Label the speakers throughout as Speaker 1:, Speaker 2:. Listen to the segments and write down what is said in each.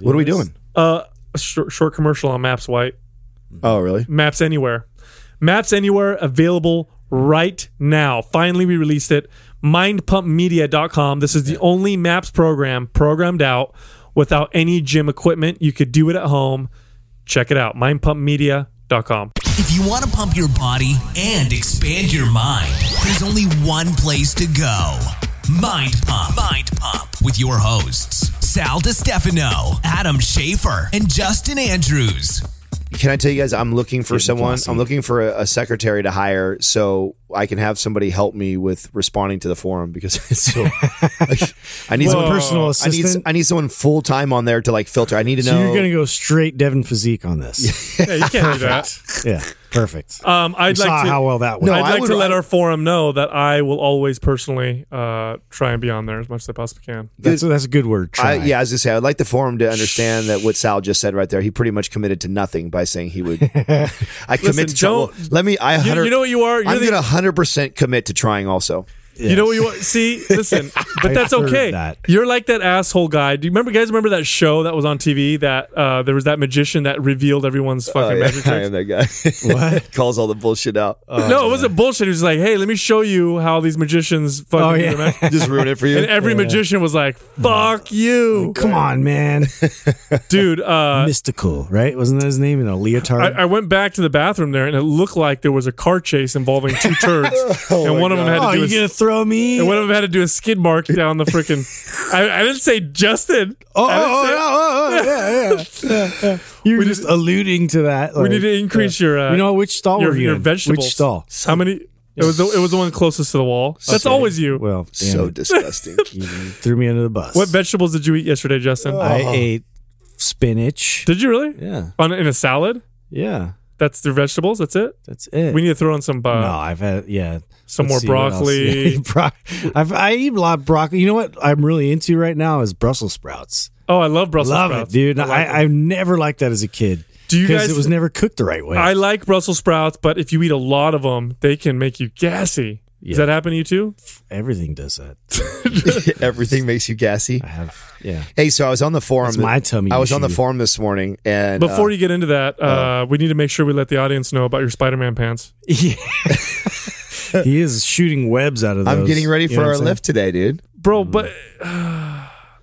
Speaker 1: What are we doing?
Speaker 2: Uh, a short, short commercial on Maps White.
Speaker 1: Oh, really?
Speaker 2: Maps Anywhere. Maps Anywhere available right now. Finally, we released it. MindPumpMedia.com. This is the only maps program programmed out without any gym equipment. You could do it at home. Check it out. MindPumpMedia.com.
Speaker 3: If you want to pump your body and expand your mind, there's only one place to go. Mind Pump. Mind Pump with your hosts, Sal DiStefano, Adam Schaefer, and Justin Andrews.
Speaker 1: Can I tell you guys? I'm looking for someone.
Speaker 4: flossy.
Speaker 1: I'm looking for a, a secretary to hire so I can have somebody help me with responding to the forum because it's so. like, I need someone
Speaker 4: Whoa. Personal
Speaker 1: I need,
Speaker 4: assistant?
Speaker 1: I need someone full time on there to like filter. I need to
Speaker 4: So
Speaker 1: know.
Speaker 4: you're gonna go straight Devin physique on this?
Speaker 2: Yeah, you can't do that.
Speaker 4: yeah, perfect.
Speaker 1: Uh,
Speaker 2: Um, I'd
Speaker 4: You
Speaker 2: like
Speaker 4: saw
Speaker 2: to.
Speaker 4: how well that
Speaker 1: No,
Speaker 4: went.
Speaker 2: I'd
Speaker 1: I
Speaker 2: like
Speaker 1: would-
Speaker 2: to let
Speaker 1: I-
Speaker 2: our forum know that I will always personally uh, try and be on there as much as I possibly can.
Speaker 4: that's, that's a good word.
Speaker 1: I,
Speaker 4: Try.
Speaker 1: yeah, I was gonna say I'd like the forum to understand that what Sal just said right there. He pretty much committed to nothing by saying he would. I commit to
Speaker 2: don't-
Speaker 1: well, Let me. I
Speaker 2: You,
Speaker 1: hundred.
Speaker 2: you know what you are. You're
Speaker 1: I'm
Speaker 2: the-
Speaker 1: gonna hundred percent commit to trying. Also,
Speaker 2: You know what you want? See, listen, but
Speaker 4: I
Speaker 2: that's
Speaker 4: heard
Speaker 2: okay.
Speaker 4: that.
Speaker 2: You're like that asshole guy. Do you remember, guys? Remember that show that was on TV that uh, there was that magician that revealed everyone's
Speaker 4: Oh,
Speaker 2: fucking magic
Speaker 1: I
Speaker 2: tricks?
Speaker 1: am that guy. What calls all the bullshit out?
Speaker 2: no, it wasn't bullshit. He was like, "Hey, let me show you how these magicians fucking."
Speaker 4: Oh,
Speaker 2: do
Speaker 4: yeah.
Speaker 2: their magic."
Speaker 1: just ruin it for you.
Speaker 2: And every magician was like, "Fuck you,
Speaker 4: Come on, man.
Speaker 2: dude." Uh,
Speaker 4: Mystical, right? Wasn't that his name? In a leotard.
Speaker 2: I, I went back to the bathroom there, and it looked like there was a car chase involving two turds, and one of them had to
Speaker 4: oh,
Speaker 2: do
Speaker 4: you
Speaker 2: a
Speaker 4: gonna throw me?
Speaker 2: and one of them had to do a skid mark down the freaking. I, I didn't say Justin.
Speaker 4: Oh,
Speaker 2: I didn't
Speaker 4: oh,
Speaker 2: say-
Speaker 4: oh, oh, oh, yeah, yeah. yeah, yeah. You were just alluding to that.
Speaker 2: We
Speaker 4: like,
Speaker 2: need to increase your. Uh,
Speaker 4: you know which stall
Speaker 2: your,
Speaker 4: were you
Speaker 2: your
Speaker 4: in?
Speaker 2: vegetables.
Speaker 4: Which stall?
Speaker 2: How many? It was the, it was the one closest to the wall. That's always you.
Speaker 4: Well, damn
Speaker 1: so
Speaker 4: it.
Speaker 1: disgusting.
Speaker 4: You threw me under the bus.
Speaker 2: what vegetables did you eat yesterday, Justin?
Speaker 4: I
Speaker 1: Uh-huh.
Speaker 4: ate spinach.
Speaker 2: did you really?
Speaker 4: Yeah,
Speaker 2: On in a salad?
Speaker 4: yeah.
Speaker 2: That's the vegetables. That's it.
Speaker 4: That's it.
Speaker 2: We need to throw in some uh,
Speaker 4: no, I've had yeah.
Speaker 2: some
Speaker 4: Let's
Speaker 2: more
Speaker 4: see, what else?
Speaker 2: broccoli.
Speaker 4: Bro- I've, I eat a lot of broccoli. You know what I'm really into right now is Brussels sprouts.
Speaker 2: oh, I love Brussels
Speaker 4: Love
Speaker 2: sprouts,
Speaker 4: it, dude. I, I, never liked that as a kid.
Speaker 2: Do you guys-
Speaker 4: It was never cooked the right way.
Speaker 2: I like Brussels sprouts, but if you eat a lot of them, they can make you gassy. Does
Speaker 4: Yeah.
Speaker 2: that happen to you too?
Speaker 4: Everything does that.
Speaker 1: Everything makes you gassy.
Speaker 4: I have yeah.
Speaker 1: Hey, so I was on the forum.
Speaker 4: That's my tummy
Speaker 1: I was on the
Speaker 4: issue.
Speaker 1: forum this morning, and
Speaker 2: Before
Speaker 1: uh,
Speaker 2: you get into that, uh, we need to make sure we let the audience know about your Spider-Man pants.
Speaker 4: he is shooting webs out of those.
Speaker 1: I'm getting ready
Speaker 4: You
Speaker 1: for
Speaker 4: know
Speaker 1: our
Speaker 4: what I'm saying?
Speaker 1: lift today, dude.
Speaker 2: Bro,
Speaker 4: Mm.
Speaker 2: but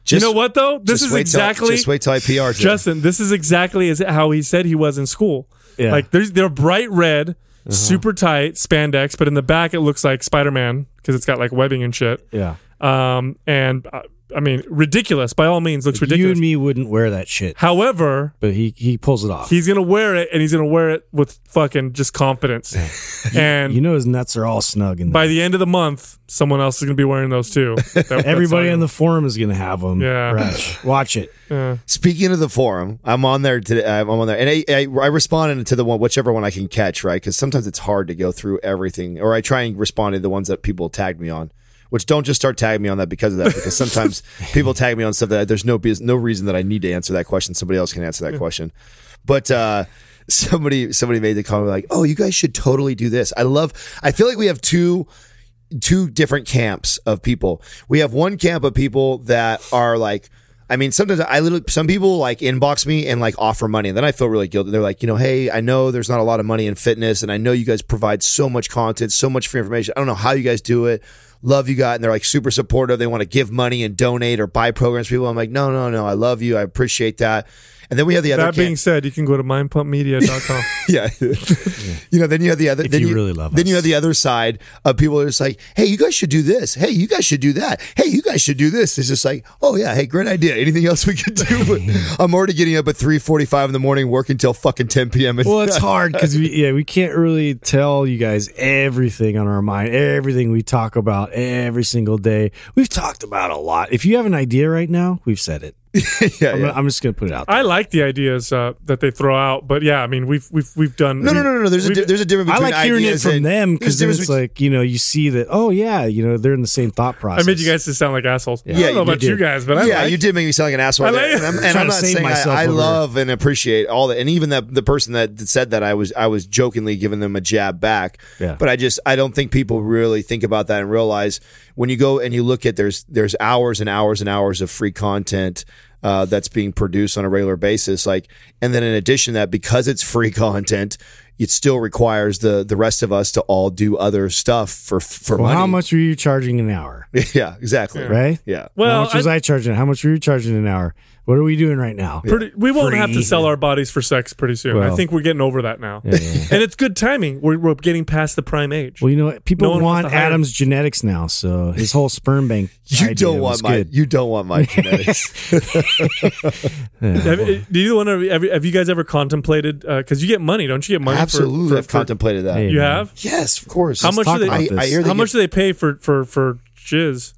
Speaker 1: Just,
Speaker 2: you know what though? This
Speaker 1: just
Speaker 2: is
Speaker 1: wait
Speaker 2: exactly
Speaker 1: Till, just wait till I PR. today.
Speaker 2: Justin, this is exactly as how he said he was in school.
Speaker 4: Yeah. Uh-huh.
Speaker 2: Like there's they're bright red, super tight spandex, but in the back it looks like Spider Man because it's got like webbing and shit.
Speaker 4: Yeah.
Speaker 2: Um, and uh, I mean ridiculous by all means looks
Speaker 4: You
Speaker 2: ridiculous.
Speaker 4: and me wouldn't wear that shit,
Speaker 2: However,
Speaker 4: but he he pulls it off.
Speaker 2: he's gonna wear it and he's gonna wear it with fucking just confidence. and
Speaker 4: you know his nuts are all snug in there.
Speaker 2: by the end of the month, someone else is gonna be wearing those too. That- that's
Speaker 4: Everybody
Speaker 2: how-
Speaker 4: on the forum is gonna have them.
Speaker 2: Yeah.
Speaker 4: Fresh. Watch it.
Speaker 1: Speaking of the forum, I'm on there today. uh, I'm on there, and I, I, I responded to the one, whichever one I can catch, right? Because sometimes it's hard to go through everything, or I try and respond to the ones that people tagged me on. Which don't just start tagging me on that because of that, because sometimes people tag me on stuff that there's no bus- no reason that I need to answer that question. Somebody else can answer that question, but uh, somebody somebody made the comment like, "Oh, you guys should totally do this." I love. I feel like we have two two different camps of people. We have one camp of people that are like, I mean, sometimes I literally, some people like inbox me and like offer money, and then I feel really guilty. They're like, you know, hey, I know there's not a lot of money in fitness, and I know you guys provide so much content, so much free information. I don't know how you guys do it. Love you guys, and they're like super supportive. They want to give money and donate or buy programs. for People, I'm like, no, no, no, I love you, I appreciate that. And then we have the other
Speaker 2: that being
Speaker 1: camp-
Speaker 2: said, you can go to mindpumpmedia.com.
Speaker 1: yeah. You know, then you have the other. then
Speaker 4: you really love
Speaker 1: Then you
Speaker 4: us.
Speaker 1: have the other side of people who are just like, "Hey, you guys should do this. Hey, you guys should do that. Hey, you guys should do this." It's just like, "Oh yeah, hey, great idea. Anything else we could do?" But I'm already getting up at three forty-five in the morning, working till fucking ten p.m.
Speaker 4: Well, it's hard because we yeah we can't really tell you guys everything on our mind, everything we talk about every single day. We've talked about a lot. If you have an idea right now, we've said it.
Speaker 1: yeah,
Speaker 4: I'm,
Speaker 1: yeah.
Speaker 4: gonna- I'm just gonna put it out. There.
Speaker 2: I like the ideas uh, that they throw out, but yeah, I mean we've we've we've done
Speaker 1: No, no, no, no, no. There's a
Speaker 2: we've-
Speaker 1: di- there's a difference.
Speaker 4: I
Speaker 1: Between
Speaker 4: like hearing it
Speaker 1: ideas
Speaker 4: from
Speaker 1: and-
Speaker 4: them
Speaker 1: there's
Speaker 4: because
Speaker 1: a
Speaker 4: then
Speaker 1: difference
Speaker 4: it's like you know you see that oh yeah you know they're in the same thought
Speaker 2: I
Speaker 4: process.
Speaker 2: made you guys to sound like assholes. I
Speaker 1: Yeah,
Speaker 2: don't know
Speaker 1: you
Speaker 2: about
Speaker 4: did.
Speaker 2: you guys, but I
Speaker 1: yeah,
Speaker 2: like-
Speaker 1: you did make me sound like an asshole.
Speaker 2: I like-
Speaker 1: there. and I'm, and
Speaker 4: Trying
Speaker 1: I'm
Speaker 4: to
Speaker 1: not
Speaker 4: save
Speaker 1: saying
Speaker 4: myself
Speaker 1: I, I
Speaker 4: over-
Speaker 1: love and appreciate all that, and even that the person that said that I was I was jokingly giving them a jab back.
Speaker 4: Yeah.
Speaker 1: But I just I don't think people really think about that and realize when you go and you look at there's there's hours and hours and hours of free content. uh, that's being produced on a regular basis. Like, and then in addition to that, because it's free content, it still requires the the rest of us to all do other stuff for for
Speaker 4: Well,
Speaker 1: money.
Speaker 4: how much were you charging an hour?
Speaker 1: yeah, exactly. Yeah.
Speaker 4: Right? how
Speaker 2: Well,
Speaker 4: much was I, charging? How much were you charging an hour? What are we doing right now?
Speaker 2: pretty, we won't have to
Speaker 4: Free.
Speaker 2: sell our bodies for sex pretty soon. I
Speaker 4: Well.
Speaker 2: think we're getting over that now,
Speaker 4: yeah.
Speaker 2: and it's good timing. We're, we're getting past the prime age.
Speaker 4: Well, you know what?
Speaker 2: No
Speaker 4: People
Speaker 2: one wants
Speaker 4: want
Speaker 2: to hire-
Speaker 4: Adam's genetics now, so his whole sperm bank.
Speaker 1: You
Speaker 4: idea
Speaker 1: don't
Speaker 4: was
Speaker 1: want my
Speaker 4: good.
Speaker 1: you don't want my genetics.
Speaker 2: have, do you want to? Have, you- have you guys ever contemplated? Because you get money, don't you? Get money. for-
Speaker 1: Absolutely,
Speaker 2: For,
Speaker 1: I've contemplated that.
Speaker 4: Hey,
Speaker 2: you
Speaker 4: man.
Speaker 2: have.
Speaker 1: Yes, of course.
Speaker 2: How much
Speaker 4: talk
Speaker 2: do they?
Speaker 4: about
Speaker 1: I,
Speaker 4: this.
Speaker 1: I hear they
Speaker 2: how much
Speaker 1: get-
Speaker 2: do they pay for for for jizz?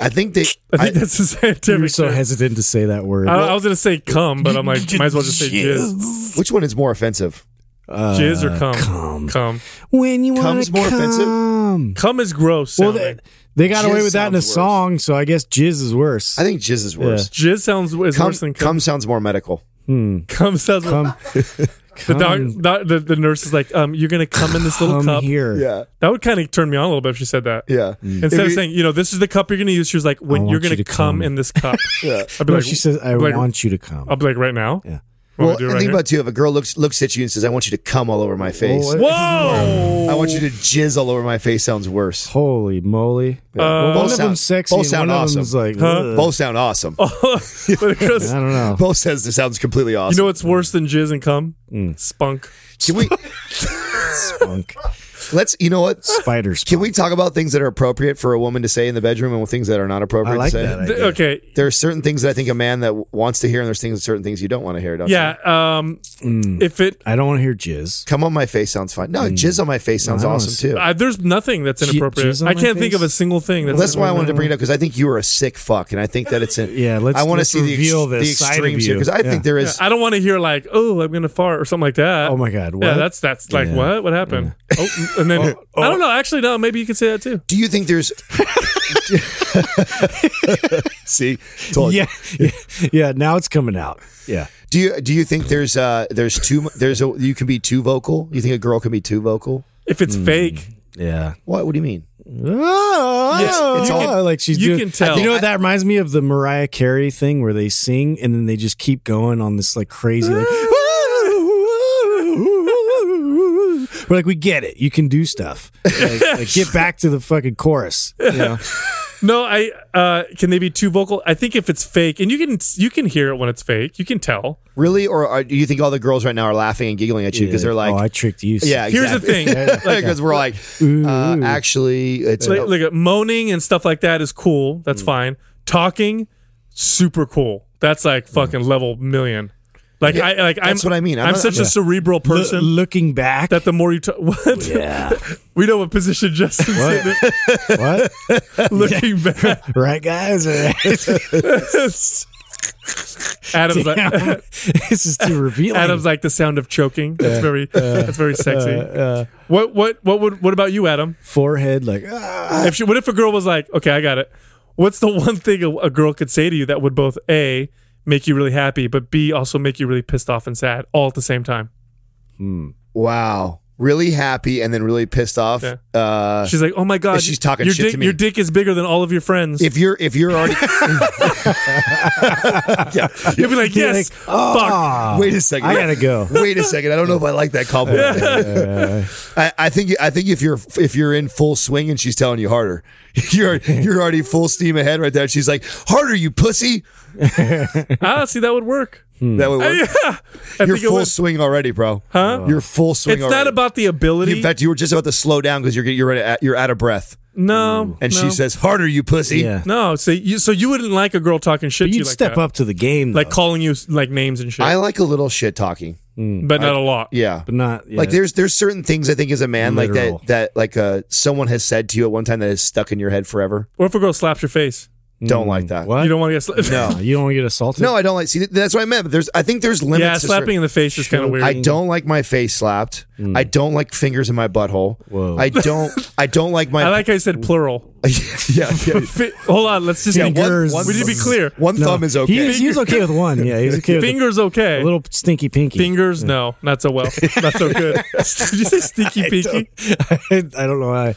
Speaker 1: I think they.
Speaker 2: I think
Speaker 1: I-
Speaker 2: that's the
Speaker 4: You
Speaker 2: scientific.
Speaker 4: were so
Speaker 2: term.
Speaker 4: hesitant to say that word.
Speaker 2: I, I was gonna say cum, but I'm like, might as well just say jizz,
Speaker 1: which one is more offensive?
Speaker 2: jizz or cum.
Speaker 4: cum.
Speaker 2: cum.
Speaker 4: when you want
Speaker 1: Cum's
Speaker 4: to
Speaker 1: more offensive?
Speaker 4: come.
Speaker 2: Cum is gross.
Speaker 4: Well,
Speaker 2: sounding.
Speaker 4: they, they got
Speaker 1: Jizz
Speaker 4: away with that in a
Speaker 1: sounds worse.
Speaker 4: song, so I guess jizz is worse.
Speaker 1: I think jizz is worse.
Speaker 2: jizz sounds is
Speaker 1: Cum,
Speaker 2: worse than cum.
Speaker 1: cum sounds more medical.
Speaker 2: Cum sounds.
Speaker 4: Come,
Speaker 2: the, doc, doc, the the nurse is like, um, you're gonna cum in this little
Speaker 4: come
Speaker 2: cup.
Speaker 4: here.
Speaker 1: Yeah,
Speaker 2: That would kind of turn me on a little bit if she said that.
Speaker 1: yeah.
Speaker 4: Mm.
Speaker 2: Instead
Speaker 1: If
Speaker 2: of
Speaker 1: you-
Speaker 2: saying, you know, this is the cup you're gonna use, she was like, when
Speaker 4: want
Speaker 2: you're gonna
Speaker 4: you to
Speaker 2: cum,
Speaker 4: cum.
Speaker 2: in this cup.
Speaker 1: Yeah.
Speaker 2: I'd be
Speaker 4: No,
Speaker 2: like,
Speaker 4: she says, "I
Speaker 2: like-
Speaker 4: want you to come."
Speaker 2: I'll be like, right now.
Speaker 4: Yeah.
Speaker 1: Well,
Speaker 2: do
Speaker 1: and
Speaker 2: right
Speaker 1: think
Speaker 2: here?
Speaker 1: about too if a girl looks looks at you and says, "I want you to cum all over my face,"
Speaker 4: Well, what-
Speaker 2: Whoa!
Speaker 1: I want you to jizz all over my face sounds worse.
Speaker 4: Holy moly!
Speaker 2: Uh,
Speaker 4: one
Speaker 1: both
Speaker 4: of
Speaker 1: sound-
Speaker 4: them's sexy.
Speaker 1: both
Speaker 4: and
Speaker 1: sound
Speaker 4: one of
Speaker 1: awesome.
Speaker 4: them's like, ugh.
Speaker 1: Both sound awesome.
Speaker 2: But it goes-
Speaker 4: I don't know.
Speaker 1: Both says it sounds completely
Speaker 2: Oh. you
Speaker 1: awesome.
Speaker 2: know what's worse than jizz and cum?
Speaker 4: Mm.
Speaker 2: Spunk.
Speaker 1: Can we
Speaker 4: Spunk.
Speaker 1: let's? You know what?
Speaker 4: Spider spunk.
Speaker 1: Can we talk about things that are appropriate for a woman to say in the bedroom and things that are not appropriate
Speaker 4: I like
Speaker 1: to say?
Speaker 4: that.
Speaker 2: Th-
Speaker 4: idea.
Speaker 2: okay.
Speaker 1: There are certain things that I think a man that w- wants to hear, and there's things certain things you don't want to hear. Don't You?
Speaker 2: Yeah. Um,
Speaker 4: Mm.
Speaker 2: If it,
Speaker 4: I don't want to hear jizz.
Speaker 1: Come on my face sounds fine.
Speaker 4: Mm.
Speaker 1: No, jizz on my face sounds
Speaker 4: I don't
Speaker 1: awesome
Speaker 4: see-
Speaker 1: too.
Speaker 2: I, there's nothing that's
Speaker 4: Jizz
Speaker 2: inappropriate.
Speaker 4: on
Speaker 2: I
Speaker 4: my
Speaker 2: can't think
Speaker 4: face?
Speaker 2: of a single thing that's.
Speaker 1: Well, that's why I wanted to bring it up because I think you are a sick fuck, and I think that it's an
Speaker 4: Yeah, let's-
Speaker 1: I want to
Speaker 4: let's
Speaker 1: see the,
Speaker 4: reveal
Speaker 1: ex- the
Speaker 4: this side of
Speaker 1: extremes here
Speaker 4: you.
Speaker 1: because I
Speaker 4: Yeah.
Speaker 1: think there is.
Speaker 2: I don't want to hear like, oh, I'm gonna fart or something like that.
Speaker 4: Oh my God,
Speaker 2: Yeah,
Speaker 4: what?
Speaker 2: that's that's like
Speaker 4: Yeah.
Speaker 2: what? What happened? Oh, and then I don't know. Actually, no. Maybe you could say that too.
Speaker 1: Do you think there's? see, told you.
Speaker 4: Yeah, yeah, yeah. Now it's coming out. Yeah.
Speaker 1: Do you do you think there's uh there's too mu- there's a you can be too vocal? You think a girl can be too vocal?
Speaker 2: If it's fake,
Speaker 4: Yeah.
Speaker 1: What? What do you mean?
Speaker 4: Oh,
Speaker 2: Yes,
Speaker 1: it's
Speaker 4: oh,
Speaker 1: all-
Speaker 4: like she's
Speaker 2: you
Speaker 4: doing,
Speaker 2: can tell.
Speaker 4: You know what that reminds me of the Mariah Carey thing where they sing and then they just keep going on this like crazy like We're like we get it. You can do stuff. Like, like, get back to the fucking chorus. You know?
Speaker 2: no. I uh, can they be too vocal? I think if it's fake, and you can you can hear it when it's fake. You can tell.
Speaker 1: Really? Or are, do you think all the girls right now are laughing and giggling at you because they're like,
Speaker 4: "Oh, I tricked you." son."
Speaker 1: yeah.
Speaker 2: Here's the
Speaker 1: exactly.
Speaker 2: thing. Like,
Speaker 1: Because we're like, uh, actually, it's
Speaker 2: like, like, uh, moaning and stuff like that is cool. That's fine. Talking, super cool. That's like fucking level million. Like I like I'm,
Speaker 1: that's what I mean. I'm
Speaker 2: I'm,
Speaker 1: not-
Speaker 2: such
Speaker 1: yeah.
Speaker 2: a cerebral
Speaker 4: Lo-
Speaker 2: person
Speaker 4: looking back.
Speaker 2: that the more you talk, what?
Speaker 4: yeah.
Speaker 2: we know what position Justin's in.
Speaker 4: what?
Speaker 2: Looking back,
Speaker 4: Right, guys.
Speaker 2: Adam's like,
Speaker 4: Damn. this is too revealing.
Speaker 2: Adam's like the sound of choking. That's very that's very sexy. what what what would what about you, Adam?
Speaker 4: forehead like ah.
Speaker 2: If she, what if a girl was like, okay, I got it. What's the one thing a, a girl could say to you that would both a make you really happy, but b also make you really pissed off and sad all at the same time?
Speaker 1: wow, really happy and then really pissed off.
Speaker 2: Yeah.
Speaker 1: Uh,
Speaker 2: She's like, oh my god,
Speaker 1: If she's talking
Speaker 2: your
Speaker 1: shit
Speaker 2: dick,
Speaker 1: to me.
Speaker 2: Your dick is bigger than all of your friends.
Speaker 1: if you're if you're already
Speaker 2: You'll be like, yes,
Speaker 4: like,
Speaker 2: fuck.
Speaker 1: wait a second,
Speaker 4: Ah. I gotta go.
Speaker 1: Wait a second. I don't know if I like that compliment. I, I think I think if you're if you're in full swing and she's telling you harder, you're you're already full steam ahead right there. She's like, "Harder, you pussy."
Speaker 2: ah, see, that would work.
Speaker 4: Hmm.
Speaker 1: That would work.
Speaker 2: Yeah, I
Speaker 1: You're
Speaker 2: think it
Speaker 1: full
Speaker 2: would.
Speaker 1: swing already, bro. Huh? You're full swing.
Speaker 2: It's
Speaker 1: already.
Speaker 2: not about the ability.
Speaker 1: In fact, you were just about to slow down because you're get- you're at, you're out of breath,
Speaker 2: no,
Speaker 1: and
Speaker 2: no.
Speaker 1: she says, "Harder, you pussy."
Speaker 4: Yeah.
Speaker 2: no. So you, so you wouldn't like a girl talking shit
Speaker 4: But
Speaker 2: to you
Speaker 4: you'd
Speaker 2: like
Speaker 4: step
Speaker 2: that.
Speaker 4: up to the game,
Speaker 2: like
Speaker 4: though,
Speaker 2: calling you like names and shit,
Speaker 1: I like a little shit talking.
Speaker 2: but not a lot.
Speaker 1: Yeah.
Speaker 4: but not Mm. yeah.
Speaker 1: Like there's there's certain things I think as a man
Speaker 4: Literal.
Speaker 1: like that that like uh someone has said to you at one time that is stuck in your head forever.
Speaker 2: What if a girl slaps your face?
Speaker 1: Don't like
Speaker 2: Mm,
Speaker 1: that.
Speaker 4: what?
Speaker 2: You don't want to get slapped.
Speaker 1: No.
Speaker 4: Uh, you don't want to get assaulted.
Speaker 1: No, I don't like. See, that's what I meant. But there's, I think there's limits.
Speaker 2: yeah,
Speaker 1: to
Speaker 2: slapping
Speaker 1: certain-
Speaker 2: in the Mm. face is kind of weird.
Speaker 1: I don't like my face slapped. I don't like fingers in my butthole.
Speaker 4: Whow.
Speaker 1: I don't. I don't like my.
Speaker 2: I like how you said plural.
Speaker 1: yeah, yeah.
Speaker 2: Fi- Hold on, let's just
Speaker 1: Yeah, one-
Speaker 2: we need to be clear.
Speaker 1: One thumb is okay.
Speaker 4: He was, he was okay with one. Yeah, he was okay with
Speaker 2: Fingers
Speaker 4: a
Speaker 2: okay.
Speaker 4: little Mm. stinky pinky.
Speaker 2: Fingers, no, not so well, not so good. Did you say stinky peaky?
Speaker 4: I, don't know. I,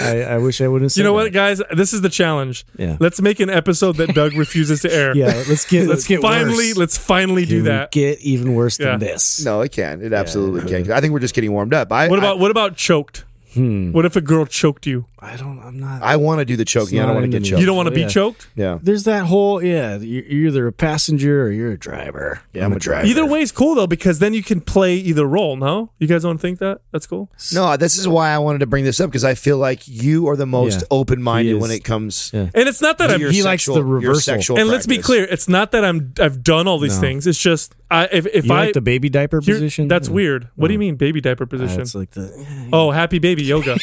Speaker 4: I I wish I wouldn't. Say
Speaker 2: You know
Speaker 4: that.
Speaker 2: what, guys? This is the challenge.
Speaker 4: Yeah.
Speaker 2: Let's make an episode that Doug refuses to air.
Speaker 4: Yeah, let's get let's get
Speaker 2: finally,
Speaker 4: worse.
Speaker 2: let's finally do
Speaker 4: Can we
Speaker 2: that.
Speaker 4: Get even worse
Speaker 2: Yeah.
Speaker 4: than this.
Speaker 1: no, it can. It absolutely can. I think we're just getting warmed up. I
Speaker 2: what about what about choked?
Speaker 4: Hmm.
Speaker 2: What if a girl choked you?
Speaker 4: I don't. I'm not.
Speaker 1: I, I want to do the choking. I
Speaker 4: not
Speaker 1: don't want to
Speaker 4: into
Speaker 1: get
Speaker 4: me.
Speaker 1: choked.
Speaker 2: You don't want to
Speaker 4: Yeah.
Speaker 2: be choked.
Speaker 1: yeah.
Speaker 4: There's that whole yeah. You're you're either a passenger or you're a driver.
Speaker 1: Yeah, I'm a driver.
Speaker 2: Either way is cool though because then you can play either role. No, you guys don't think that? That's cool.
Speaker 1: No, this is why I wanted to bring this up because I feel like you are the most
Speaker 4: Yeah. He
Speaker 1: open-minded
Speaker 4: is.
Speaker 1: when it comes.
Speaker 4: Yeah.
Speaker 2: And it's not that
Speaker 1: to
Speaker 2: I'm
Speaker 1: your
Speaker 4: He likes
Speaker 1: sexual-
Speaker 4: the
Speaker 1: your
Speaker 4: reversal.
Speaker 1: sexual
Speaker 2: and let's be
Speaker 1: practice.
Speaker 2: clear, it's not that I'm I've done all these things. It's just I if, if
Speaker 4: You
Speaker 2: I
Speaker 4: like the baby diaper
Speaker 2: here-
Speaker 4: position?
Speaker 2: That's
Speaker 4: Yeah.
Speaker 2: weird. What do you mean baby diaper position?
Speaker 4: That's like the.
Speaker 2: Oh, happy baby yoga.